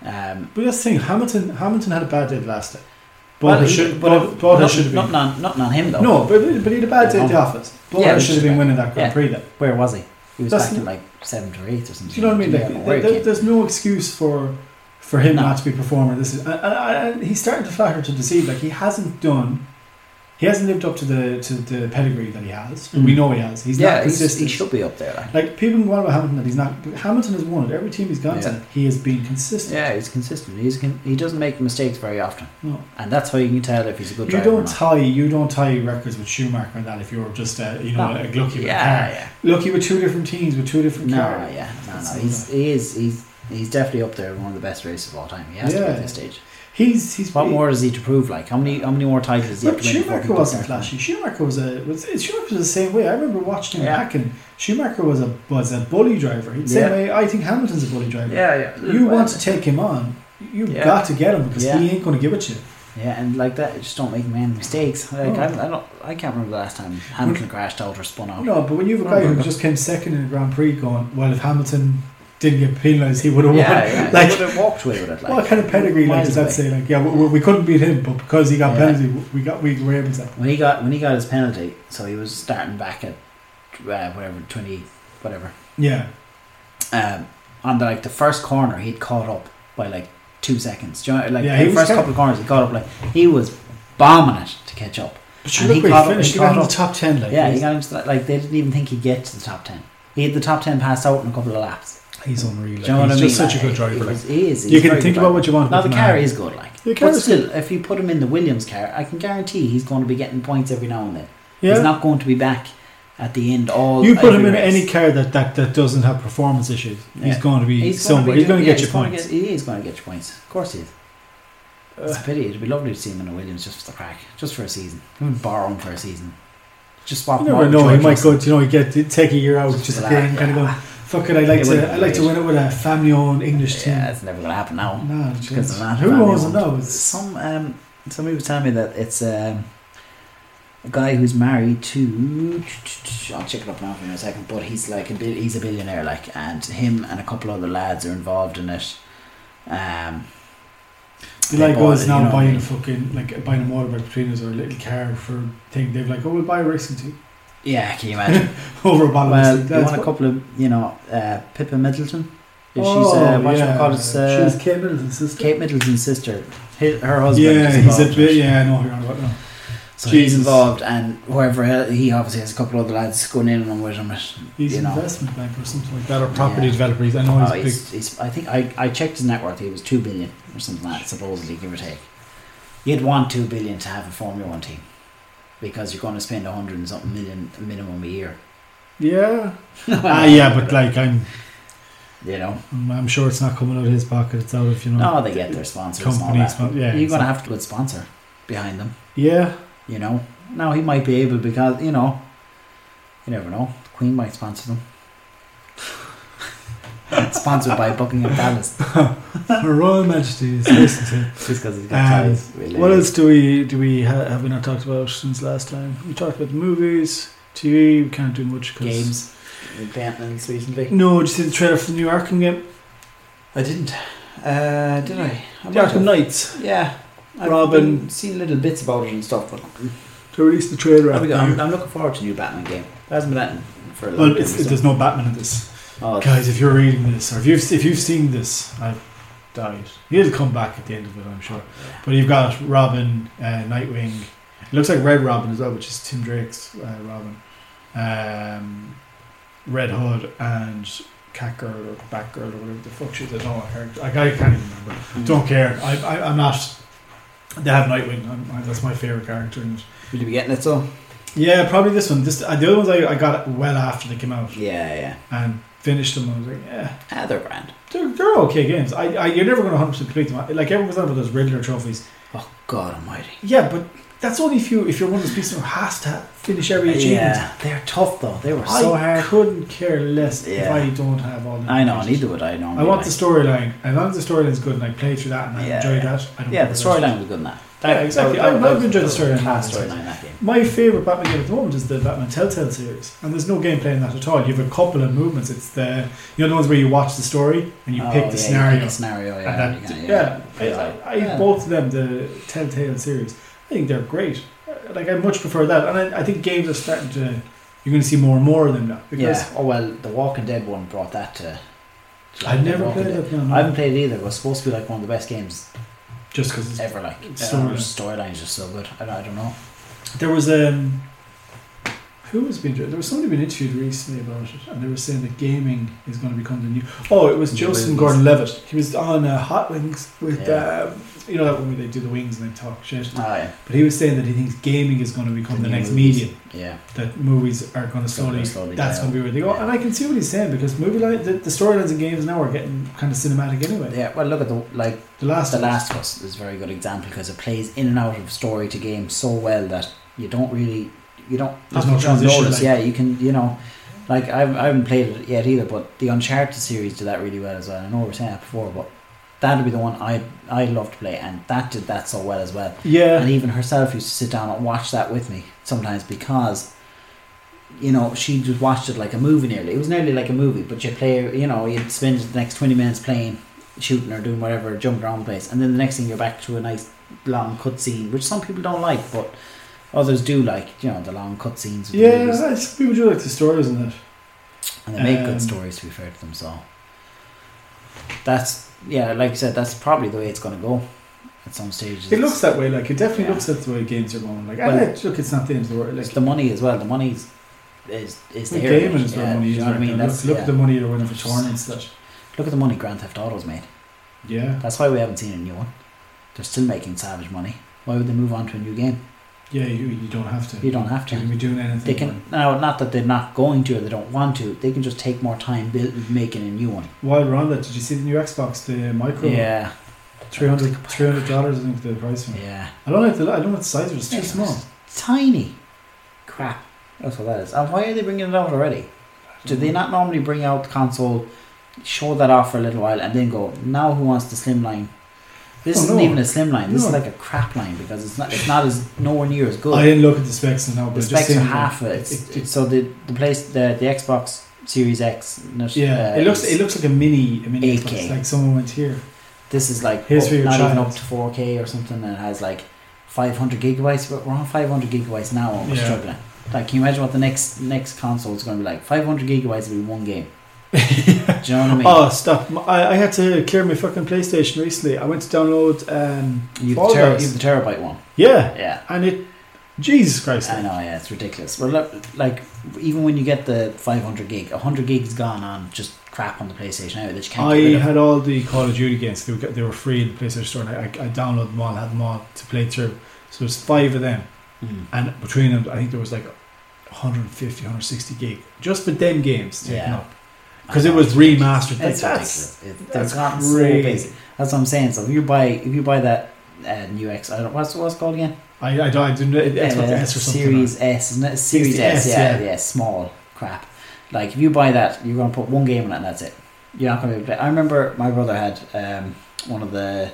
Speaker 2: Um,
Speaker 1: But that's the thing. Hamilton, Hamilton had a bad day the last day.
Speaker 2: Well,
Speaker 1: Bottas
Speaker 2: he-
Speaker 1: should,
Speaker 2: but-
Speaker 1: Bottas Bottas
Speaker 2: not-
Speaker 1: should have
Speaker 2: not,
Speaker 1: been.
Speaker 2: not, not, not him though.
Speaker 1: No, but, but he had a bad day at the
Speaker 2: No.
Speaker 1: office. Bottas
Speaker 2: Yeah,
Speaker 1: should have been winning that Grand
Speaker 2: yeah.
Speaker 1: Prix. Then.
Speaker 2: Where was he? He was
Speaker 1: That's
Speaker 2: back
Speaker 1: n-
Speaker 2: in like seventh or eighth or something.
Speaker 1: Do you know what I mean?
Speaker 2: Yeah,
Speaker 1: Like,
Speaker 2: but
Speaker 1: there,
Speaker 2: where
Speaker 1: there-
Speaker 2: he came-
Speaker 1: there's no excuse for for him
Speaker 2: No.
Speaker 1: not to be performing. This is, and, and, and he's starting to flatter to deceive. Like he hasn't done, he hasn't lived up to the to the pedigree that he has.
Speaker 2: Mm.
Speaker 1: We know he has. He's
Speaker 2: yeah,
Speaker 1: not
Speaker 2: he's,
Speaker 1: consistent.
Speaker 2: he should be up there. Like.
Speaker 1: Like people can go on about Hamilton that he's not. but Hamilton has won it. Every team he's gone
Speaker 2: Yeah.
Speaker 1: to, he has been consistent.
Speaker 2: Yeah, he's consistent. He's con- he doesn't make mistakes very often,
Speaker 1: No.
Speaker 2: and that's how you can tell if he's a good
Speaker 1: You
Speaker 2: driver.
Speaker 1: don't
Speaker 2: or not.
Speaker 1: tie you don't tie records with Schumacher and that if you're just uh, you know
Speaker 2: No.
Speaker 1: a lucky with a
Speaker 2: yeah,
Speaker 1: car. Lucky with two different teams with two
Speaker 2: yeah.
Speaker 1: different
Speaker 2: No,
Speaker 1: cars.
Speaker 2: yeah, no,
Speaker 1: That's
Speaker 2: no. He's he is he's he's definitely up there, one of the best racers of all time. He has to be
Speaker 1: Yeah.
Speaker 2: at this stage.
Speaker 1: He's he's
Speaker 2: What
Speaker 1: he-
Speaker 2: more is he to prove? Like how many how many more titles does he have
Speaker 1: Look,
Speaker 2: to win? before
Speaker 1: Schumacher
Speaker 2: people
Speaker 1: wasn't
Speaker 2: start-
Speaker 1: flashy. Schumacher was a was Schumacher was the same way. I remember watching him
Speaker 2: Yeah.
Speaker 1: back and Schumacher was a was a bully driver. He's the same
Speaker 2: Yeah.
Speaker 1: way I think Hamilton's a bully driver.
Speaker 2: Yeah, yeah.
Speaker 1: You want to take him on, you've
Speaker 2: Yeah.
Speaker 1: got to get him because
Speaker 2: Yeah.
Speaker 1: he ain't gonna give it to you.
Speaker 2: Yeah, and like that, just don't make man mistakes. Like
Speaker 1: No. Mm.
Speaker 2: I, I don't, I can't remember the last time Hamilton crashed out or spun out.
Speaker 1: No, but when you have a
Speaker 2: No,
Speaker 1: guy
Speaker 2: no,
Speaker 1: who
Speaker 2: no.
Speaker 1: just came second in a Grand Prix going, Well if Hamilton didn't get penalised he would have won.
Speaker 2: yeah, yeah.
Speaker 1: Like-
Speaker 2: he would have walked away with it. Like,
Speaker 1: what kind of pedigree like,
Speaker 2: miles
Speaker 1: does that
Speaker 2: away.
Speaker 1: say? Like, yeah, we, we couldn't beat him, but because he got
Speaker 2: Yeah.
Speaker 1: penalty, we got we were able to.
Speaker 2: When he got when he got his penalty, so he was starting back at uh, whatever twenty, whatever.
Speaker 1: Yeah,
Speaker 2: Um, on the, like the first corner, he'd caught up by like two seconds. Do you know, like
Speaker 1: Yeah,
Speaker 2: the
Speaker 1: he was
Speaker 2: first
Speaker 1: kind-
Speaker 2: couple of corners, he caught up. Like he was bombing it to catch up.
Speaker 1: but sure,
Speaker 2: And
Speaker 1: look
Speaker 2: he
Speaker 1: where he
Speaker 2: caught up-
Speaker 1: finished.
Speaker 2: he
Speaker 1: He got
Speaker 2: caught
Speaker 1: in the
Speaker 2: up.
Speaker 1: top ten. Like,
Speaker 2: yeah, he
Speaker 1: he's,
Speaker 2: got into that. Like they didn't even think he'd get to the top ten. He had the top ten passed out in a couple of laps.
Speaker 1: he's unreal.
Speaker 2: Do
Speaker 1: Like,
Speaker 2: you know
Speaker 1: he's
Speaker 2: what I mean?
Speaker 1: just such a
Speaker 2: Like,
Speaker 1: good
Speaker 2: he-
Speaker 1: driver.
Speaker 2: He,
Speaker 1: Like,
Speaker 2: was- he is. he's
Speaker 1: you
Speaker 2: a
Speaker 1: can
Speaker 2: very
Speaker 1: think
Speaker 2: good
Speaker 1: about
Speaker 2: driver.
Speaker 1: what you want.
Speaker 2: Now
Speaker 1: with
Speaker 2: the
Speaker 1: him,
Speaker 2: car
Speaker 1: man.
Speaker 2: is good, like.
Speaker 1: The car
Speaker 2: But
Speaker 1: is
Speaker 2: still, if you put him in the Williams car, I can guarantee he's going to be getting points every now and then. He's
Speaker 1: Yeah,
Speaker 2: not going to be back at the end all.
Speaker 1: you put
Speaker 2: every
Speaker 1: him in
Speaker 2: race.
Speaker 1: any car that, that that doesn't have performance issues, he's
Speaker 2: Yeah.
Speaker 1: going to be
Speaker 2: He's
Speaker 1: somewhere. he's going
Speaker 2: doing-
Speaker 1: to
Speaker 2: yeah,
Speaker 1: get you
Speaker 2: he's gonna
Speaker 1: points. Uh.
Speaker 2: get- he is going to get your points. Of course he is. It's a pity. It'd be lovely to see him in a Williams just for the crack, just for a season. Even borrow him for a season. Just swap
Speaker 1: You
Speaker 2: him out
Speaker 1: never
Speaker 2: with
Speaker 1: know. He
Speaker 2: George
Speaker 1: might
Speaker 2: Russell.
Speaker 1: go. You know, he get take a year out just
Speaker 2: Relax,
Speaker 1: playing, kind of
Speaker 2: yeah.
Speaker 1: going. Fuck it, I like
Speaker 2: It wouldn't
Speaker 1: to.
Speaker 2: be
Speaker 1: I like to
Speaker 2: great.
Speaker 1: win it with a family-owned English team.
Speaker 2: Yeah, it's never going to happen now.
Speaker 1: No,
Speaker 2: because
Speaker 1: because
Speaker 2: they're not
Speaker 1: who
Speaker 2: family
Speaker 1: owns it
Speaker 2: owned.
Speaker 1: now? It's
Speaker 2: Some um, somebody was telling me that it's um, a guy who's married to. I'll check it up now for you in a second. But he's like a bil- he's a billionaire, like, and him and a couple other lads are involved in it. Um,
Speaker 1: They like
Speaker 2: bought
Speaker 1: us
Speaker 2: it,
Speaker 1: now
Speaker 2: you know.
Speaker 1: buying a fucking like buying a motorbike between us or a little car for thing. They've like, oh, we'll buy a racing team
Speaker 2: yeah, can you imagine?
Speaker 1: over a bottle.
Speaker 2: well,
Speaker 1: of
Speaker 2: you want a
Speaker 1: what,
Speaker 2: couple of you know uh, Pippa Middleton. She's uh, what you call it? Uh,
Speaker 1: Oh, she's Kate Middleton's sister.
Speaker 2: Kate Middleton's sister. His, her husband.
Speaker 1: yeah,
Speaker 2: is
Speaker 1: he's a
Speaker 2: involved in it.
Speaker 1: bit. Yeah, I know who you're on about now.
Speaker 2: So he's
Speaker 1: Jesus.
Speaker 2: involved, and whoever el- he obviously has a couple other lads going in and with him.
Speaker 1: He's
Speaker 2: You
Speaker 1: an
Speaker 2: know.
Speaker 1: investment banker or something like that, or property
Speaker 2: Yeah.
Speaker 1: developer. He's, I know
Speaker 2: Oh,
Speaker 1: he's, big.
Speaker 2: he's, he's, I think I, I checked his net worth. He was two billion or something like that, supposedly give or take. You'd want two billion to have a Formula One team because you're going to spend a hundred and something million minimum a year.
Speaker 1: Yeah. ah, yeah, but like I'm,
Speaker 2: you know,
Speaker 1: Mm, I'm sure it's not coming out of his pocket. It's out of you know
Speaker 2: no, they get their sponsors. and all
Speaker 1: companies.
Speaker 2: that.
Speaker 1: but yeah,
Speaker 2: you're going
Speaker 1: exactly.
Speaker 2: to have to put sponsor behind them.
Speaker 1: yeah.
Speaker 2: You know, now he might be able because you know, you never know. The Queen might sponsor them. Sponsored by Buckingham Palace,
Speaker 1: Her Royal Majesty is listening.
Speaker 2: just because he's
Speaker 1: Um,
Speaker 2: got ties. Really.
Speaker 1: What else do we do? We ha- have we not talked about since last time? We talked about the movies, TV. We can't do much. 'cause-
Speaker 2: Games. Been playing them recently.
Speaker 1: No, did you see the trailer for the new Arkham game?
Speaker 2: I didn't. Uh, did I?
Speaker 1: The
Speaker 2: I might
Speaker 1: Arkham
Speaker 2: have.
Speaker 1: Knights.
Speaker 2: Yeah. I've
Speaker 1: Robin.
Speaker 2: been- seen little bits about it and stuff, but
Speaker 1: They released the trailer.
Speaker 2: There we
Speaker 1: after
Speaker 2: go.
Speaker 1: you.
Speaker 2: I'm, I'm looking forward to a new Batman game. There hasn't been that in- for a long
Speaker 1: Well,
Speaker 2: time.
Speaker 1: it's,
Speaker 2: so-
Speaker 1: there's no Batman in this,
Speaker 2: oh,
Speaker 1: guys. If you're reading this, or if you've if you've seen this, I've died. He'll come back at the end of it, I'm sure. But you've got Robin, uh, Nightwing. It looks like Red Robin as well, which is Tim Drake's uh, Robin. Um, Red Hood and Catgirl or Batgirl or whatever the fuck she's. I don't know her character. I, I can't even remember.
Speaker 2: Mm.
Speaker 1: Don't care. I, I I'm not. They have Nightwing. I'm, I, that's my favorite character. And
Speaker 2: Will you be getting it so?
Speaker 1: yeah, probably this one. This uh, the other ones I, I got well after they came out
Speaker 2: Yeah, yeah.
Speaker 1: and finished them. I was like, yeah.
Speaker 2: Ah, they're grand.
Speaker 1: They're, they're okay games. I, I you're never going to 100% complete them. Like everyone's on about those Riddler trophies.
Speaker 2: Oh God Almighty.
Speaker 1: Yeah, but that's only if you if you're one of those people who has to finish every achievement.
Speaker 2: Yeah, they're tough though. They were
Speaker 1: I
Speaker 2: so hard.
Speaker 1: couldn't care less if
Speaker 2: Yeah.
Speaker 1: I don't have all the.
Speaker 2: I know.
Speaker 1: information.
Speaker 2: Neither would I normally.
Speaker 1: I want
Speaker 2: like.
Speaker 1: the storyline. As long as the storyline is good and I play through that and I
Speaker 2: Yeah,
Speaker 1: enjoy
Speaker 2: yeah.
Speaker 1: that, I don't
Speaker 2: Yeah,
Speaker 1: care
Speaker 2: the
Speaker 1: less.
Speaker 2: storyline was good in that.
Speaker 1: Yeah, exactly. I- I've enjoyed the storyline.
Speaker 2: Class storyline that game.
Speaker 1: My favorite Batman game at the moment is the Batman Telltale series, and there's no gameplay in that at all. You have a couple of movements. It's the you know the ones where you watch the story and you
Speaker 2: Oh,
Speaker 1: pick the
Speaker 2: yeah,
Speaker 1: scenario.
Speaker 2: You pick a scenario. Yeah.
Speaker 1: And
Speaker 2: you
Speaker 1: that,
Speaker 2: can-
Speaker 1: yeah,
Speaker 2: plays
Speaker 1: I,
Speaker 2: out.
Speaker 1: I,
Speaker 2: Yeah.
Speaker 1: both of them, the Telltale series, I think they're great. Uh, Like I much prefer that, and I, I think games are starting to. You're going to see more and more of them now because
Speaker 2: yeah. Oh well, the Walking Dead one brought that to. to
Speaker 1: I've
Speaker 2: like the
Speaker 1: never
Speaker 2: Walking
Speaker 1: played
Speaker 2: Dead.
Speaker 1: it. No,
Speaker 2: I haven't played it either. It was supposed to be like one of the best games
Speaker 1: just because
Speaker 2: ever. Like
Speaker 1: It's
Speaker 2: uh,
Speaker 1: storyline.
Speaker 2: the storyline's just so good. I, don't- I don't know.
Speaker 1: there was um, who was being there was somebody being interviewed recently about it, and they were saying that gaming is going to become the new. Oh, it was
Speaker 2: New
Speaker 1: Joseph
Speaker 2: movies.
Speaker 1: Gordon-Levitt. He was on uh, Hot Wings with
Speaker 2: Yeah.
Speaker 1: um, you know that one where they do the wings and they talk shit.
Speaker 2: Oh, yeah.
Speaker 1: But he was saying that he thinks gaming is going to become
Speaker 2: The
Speaker 1: the,
Speaker 2: new
Speaker 1: next
Speaker 2: movies.
Speaker 1: medium.
Speaker 2: yeah.
Speaker 1: that movies are going to
Speaker 2: Gonna
Speaker 1: slowly,
Speaker 2: slowly
Speaker 1: that's
Speaker 2: die
Speaker 1: going to be where they go
Speaker 2: Yeah.
Speaker 1: and I can see what he's saying because movie line, the, the storylines in games now are getting kind of cinematic anyway
Speaker 2: Yeah. Well, look at the like.
Speaker 1: the last
Speaker 2: The
Speaker 1: one-
Speaker 2: Last of Us is a very good example because it plays in and out of story to game so well that you don't really you don't
Speaker 1: There's
Speaker 2: not
Speaker 1: no
Speaker 2: that you don't
Speaker 1: transition,
Speaker 2: notice.
Speaker 1: like-
Speaker 2: yeah, you can you know like I've, I haven't played it yet either, but the Uncharted series did that really well as well. I know we were saying that before, but that'd be the one I I love to play, and that did that so well as well. And
Speaker 1: yeah
Speaker 2: even herself used to sit down and watch that with me sometimes because, you know, she just watched it like a movie nearly. It was nearly like a movie, but you play, you know, you'd spend the next 20 minutes playing, shooting or doing whatever, jumping around the place. And then the next thing you're back to a nice long cutscene, which some people don't like, but others do like, you know, the long cutscenes. with the
Speaker 1: yeah
Speaker 2: movies.
Speaker 1: I just, people do like the stories in that
Speaker 2: And they make
Speaker 1: Um,
Speaker 2: good stories, to be fair to them, so. That's, yeah, like I said, that's probably the way it's going to go at some stages.
Speaker 1: it looks that way like it definitely
Speaker 2: Yeah.
Speaker 1: looks that's the way games are going like
Speaker 2: Well-
Speaker 1: and it, look it's not the end of the world like
Speaker 2: It's the money as well. The money's is is
Speaker 1: the
Speaker 2: there.
Speaker 1: game is
Speaker 2: yeah,
Speaker 1: where money
Speaker 2: do
Speaker 1: is
Speaker 2: you know what I
Speaker 1: right
Speaker 2: mean?
Speaker 1: now.
Speaker 2: That's,
Speaker 1: look, look
Speaker 2: yeah.
Speaker 1: at the money you're winning for tournaments that
Speaker 2: Look at the money Grand Theft Auto's made.
Speaker 1: yeah
Speaker 2: That's why we haven't seen a new one. They're still making savage money. Why would they move on to a new game?
Speaker 1: yeah you, you don't have to
Speaker 2: You don't have
Speaker 1: you can
Speaker 2: to.
Speaker 1: be doing anything
Speaker 2: They can now. Not that they're not going to or they don't want to. They can just take more time build, making a new one.
Speaker 1: while we're on that did you see the new Xbox the micro
Speaker 2: Yeah,
Speaker 1: 300 $300 I think the price one
Speaker 2: yeah.
Speaker 1: I don't like the I don't like the size of it it's too
Speaker 2: It's
Speaker 1: small
Speaker 2: Tiny. Crap. That's what that is. And why are they bringing it out already? Do they not normally bring out the console, show that off for a little while, and then go, now who wants the slimline? This
Speaker 1: Oh,
Speaker 2: isn't
Speaker 1: no.
Speaker 2: even a slim line. This is
Speaker 1: No.
Speaker 2: like a crap line because it's not. It's not as nowhere near as good.
Speaker 1: I didn't look at the specs and now,
Speaker 2: the
Speaker 1: but it just
Speaker 2: specs are
Speaker 1: seemed
Speaker 2: half of it. It's,
Speaker 1: it,
Speaker 2: it's- so the the place the the Xbox Series X. Not,
Speaker 1: yeah,
Speaker 2: uh,
Speaker 1: it looks
Speaker 2: is-
Speaker 1: it looks like a mini, a mini
Speaker 2: 8K.
Speaker 1: Xbox, like someone went here.
Speaker 2: This is like
Speaker 1: Here's
Speaker 2: up-
Speaker 1: for your
Speaker 2: not even
Speaker 1: child.
Speaker 2: up to 4K or something, and it has like 500 gigabytes. We're we're on 500 gigabytes now, and we're
Speaker 1: Yeah.
Speaker 2: struggling. Like, can you imagine what the next next console is going to be like? 500 gigabytes will be one game. Do you know what I mean?
Speaker 1: Oh, stop! M- I, I had to clear my fucking PlayStation recently. I went to download, um,
Speaker 2: you've,
Speaker 1: Fall
Speaker 2: the ter-
Speaker 1: Guys.
Speaker 2: you've the terabyte one.
Speaker 1: yeah,
Speaker 2: Yeah,
Speaker 1: and it, Jesus Christ!
Speaker 2: I know. Yeah, it's ridiculous. Well, look, like even when you get the 500 gig, 100 gig's gone on just crap on the PlayStation now that you can't.
Speaker 1: I
Speaker 2: get rid of.
Speaker 1: had all the Call of Duty games. They were, they were free in the PlayStation Store, and I, I, I downloaded them all, had them all to play through. So there's five of them,
Speaker 2: Mm.
Speaker 1: and between them, I think there was like 150, 160 gig just for them games taken
Speaker 2: Yeah.
Speaker 1: up because
Speaker 2: I
Speaker 1: it
Speaker 2: know,
Speaker 1: was
Speaker 2: it's ridiculous.
Speaker 1: remastered. Like,
Speaker 2: It's
Speaker 1: that's
Speaker 2: ridiculous. It,
Speaker 1: that's
Speaker 2: that's gotten
Speaker 1: crazy.
Speaker 2: so basic. That's what I'm saying. So if you buy if you buy that uh, new X, I don't what's what's it called again?
Speaker 1: I, I, don't- I didn't. It, Xbox
Speaker 2: Uh,
Speaker 1: S or something.
Speaker 2: Series S, isn't it? Series S,
Speaker 1: 60S,
Speaker 2: yeah,
Speaker 1: yeah.
Speaker 2: yeah, small crap. Like if you buy that, you're gonna put one game on it, and that's it. You're not gonna be able to play. I remember my brother had um, one of the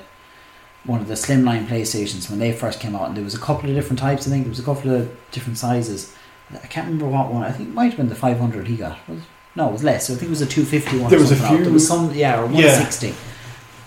Speaker 2: one of the slimline PlayStations when they first came out, and there was a couple of different types. I think there was a couple of different sizes. I can't remember what one. I think it might have been the 500 he got. Was- no, it was less. I think it was a 250 one. or
Speaker 1: There was a
Speaker 2: something out. There
Speaker 1: few-
Speaker 2: was some, yeah, or
Speaker 1: Yeah.
Speaker 2: 160.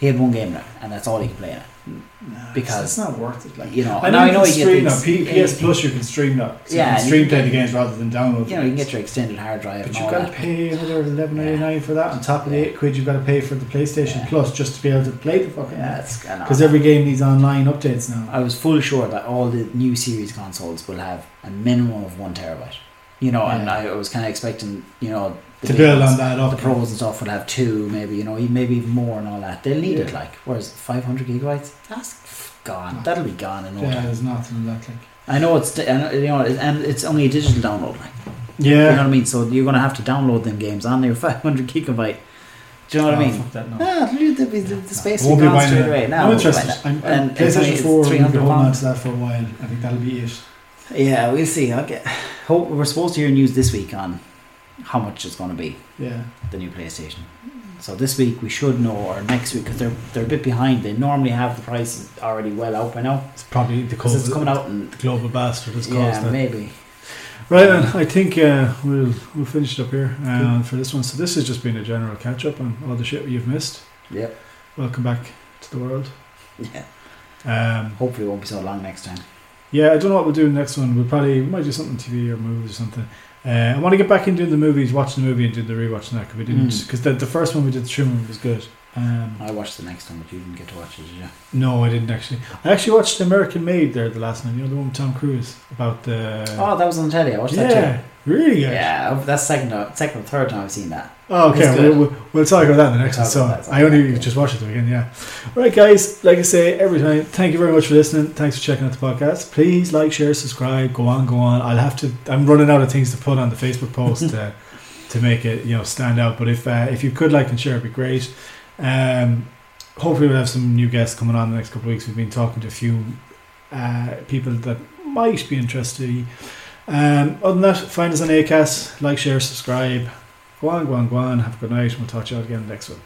Speaker 2: He had one game now, and that's all he could play in it.
Speaker 1: Nah,
Speaker 2: Because-
Speaker 1: it's not worth it. Like,
Speaker 2: You know,
Speaker 1: I
Speaker 2: and
Speaker 1: know you
Speaker 2: I know
Speaker 1: can
Speaker 2: you
Speaker 1: stream
Speaker 2: get
Speaker 1: now.
Speaker 2: these,
Speaker 1: P- PS Plus, you can stream now. So
Speaker 2: Yeah,
Speaker 1: you
Speaker 2: and
Speaker 1: can
Speaker 2: you
Speaker 1: stream
Speaker 2: can-
Speaker 1: play the games rather than download.
Speaker 2: you
Speaker 1: them.
Speaker 2: know, you can get your extended hard drive
Speaker 1: but
Speaker 2: and
Speaker 1: you've
Speaker 2: all
Speaker 1: got
Speaker 2: that.
Speaker 1: to pay another eleven ninety nine for that on top of the
Speaker 2: Yeah.
Speaker 1: eight quid you've got to pay for the PlayStation
Speaker 2: Yeah.
Speaker 1: Plus just to be able to play the fucking.
Speaker 2: Yeah, it's I know.
Speaker 1: Because every game needs online updates now.
Speaker 2: I was full sure that all the new series consoles will have a minimum of one terabyte. You know, and
Speaker 1: Yeah.
Speaker 2: I was kind of expecting, you know, the
Speaker 1: to
Speaker 2: big
Speaker 1: build
Speaker 2: ones,
Speaker 1: on that up.
Speaker 2: the pros and stuff would have two, maybe you know, e- maybe even more and all that. They'll need it
Speaker 1: Yeah.
Speaker 2: like. Whereas 500 gigabytes, that's f- gone.
Speaker 1: No.
Speaker 2: That'll be gone in no
Speaker 1: Yeah,
Speaker 2: time.
Speaker 1: there's nothing like.
Speaker 2: I know it's I know- you know, it- and it's only a digital download. Like, you know
Speaker 1: Yeah.
Speaker 2: what I mean? So you're gonna have to download them games on your 500 gigabyte. Do you know what I mean?
Speaker 1: Oh, Fuck that no.
Speaker 2: Ah, the, the, the space will
Speaker 1: Won't
Speaker 2: be
Speaker 1: be
Speaker 2: gone
Speaker 1: buying
Speaker 2: straight
Speaker 1: that.
Speaker 2: away. No,
Speaker 1: I'm
Speaker 2: we'll buy
Speaker 1: interested.
Speaker 2: that.
Speaker 1: I'm, I'm
Speaker 2: And it's only-
Speaker 1: PlayStation
Speaker 2: it's
Speaker 1: Four. will be
Speaker 2: 300
Speaker 1: holding on
Speaker 2: pounds.
Speaker 1: to that for a while. I think that'll be it.
Speaker 2: Yeah, we'll see. Okay. Hope we're supposed to hear news this week on how much it's going to be
Speaker 1: Yeah.
Speaker 2: the new PlayStation. So this week we should know, or next week, because they're they're a bit behind. They normally have the prices already well out by now
Speaker 1: It's probably the
Speaker 2: because it's coming out in
Speaker 1: global bastard has
Speaker 2: yeah maybe.
Speaker 1: Right, then, I think uh, we'll we'll finish it up here uh, for this one. So this has just been a general catch up on all the shit you've missed.
Speaker 2: Yep.
Speaker 1: Welcome back to the world.
Speaker 2: Yeah.
Speaker 1: Um,
Speaker 2: Hopefully it won't be so long next time.
Speaker 1: yeah, I don't know what we'll do in the next one. We'll probably we might do something TV or movies or something. Uh, I want to get back into the movies, watching the movie and doing the rewatch and that because we didn't
Speaker 2: Mm.
Speaker 1: because the, the first one we did the Truman was good. Um,
Speaker 2: I watched the next one, but you didn't get to watch it, did you?
Speaker 1: no, I didn't actually. I actually watched American Made there the last night. You know the one with Tom Cruise about the
Speaker 2: Oh, that was on the telly. I watched that
Speaker 1: yeah,
Speaker 2: too.
Speaker 1: really good.
Speaker 2: Yeah, that's second, uh, second or third time I've seen that.
Speaker 1: Oh, okay.
Speaker 2: It's good.
Speaker 1: We'll, we'll, we'll talk about that in the next
Speaker 2: We'll
Speaker 1: one.
Speaker 2: talk
Speaker 1: So
Speaker 2: about that.
Speaker 1: I only
Speaker 2: Yeah.
Speaker 1: just watched it again, yeah. All right, guys. Like I say every time, thank you very much for listening. Thanks for checking out the podcast. Please like, share, subscribe. Go on, go on. I'll have to. I'm running out of things to put on the Facebook post uh, to make it you know stand out. But if uh, if you could like and share, it'd be great. Um, hopefully, we'll have some new guests coming on in the next couple of weeks. We've been talking to a few uh, people that might be interested. Um, other than that, find us on ACAS, like, share, subscribe. Go on, go on, go on. Have a good night, and we'll talk to you all again next one.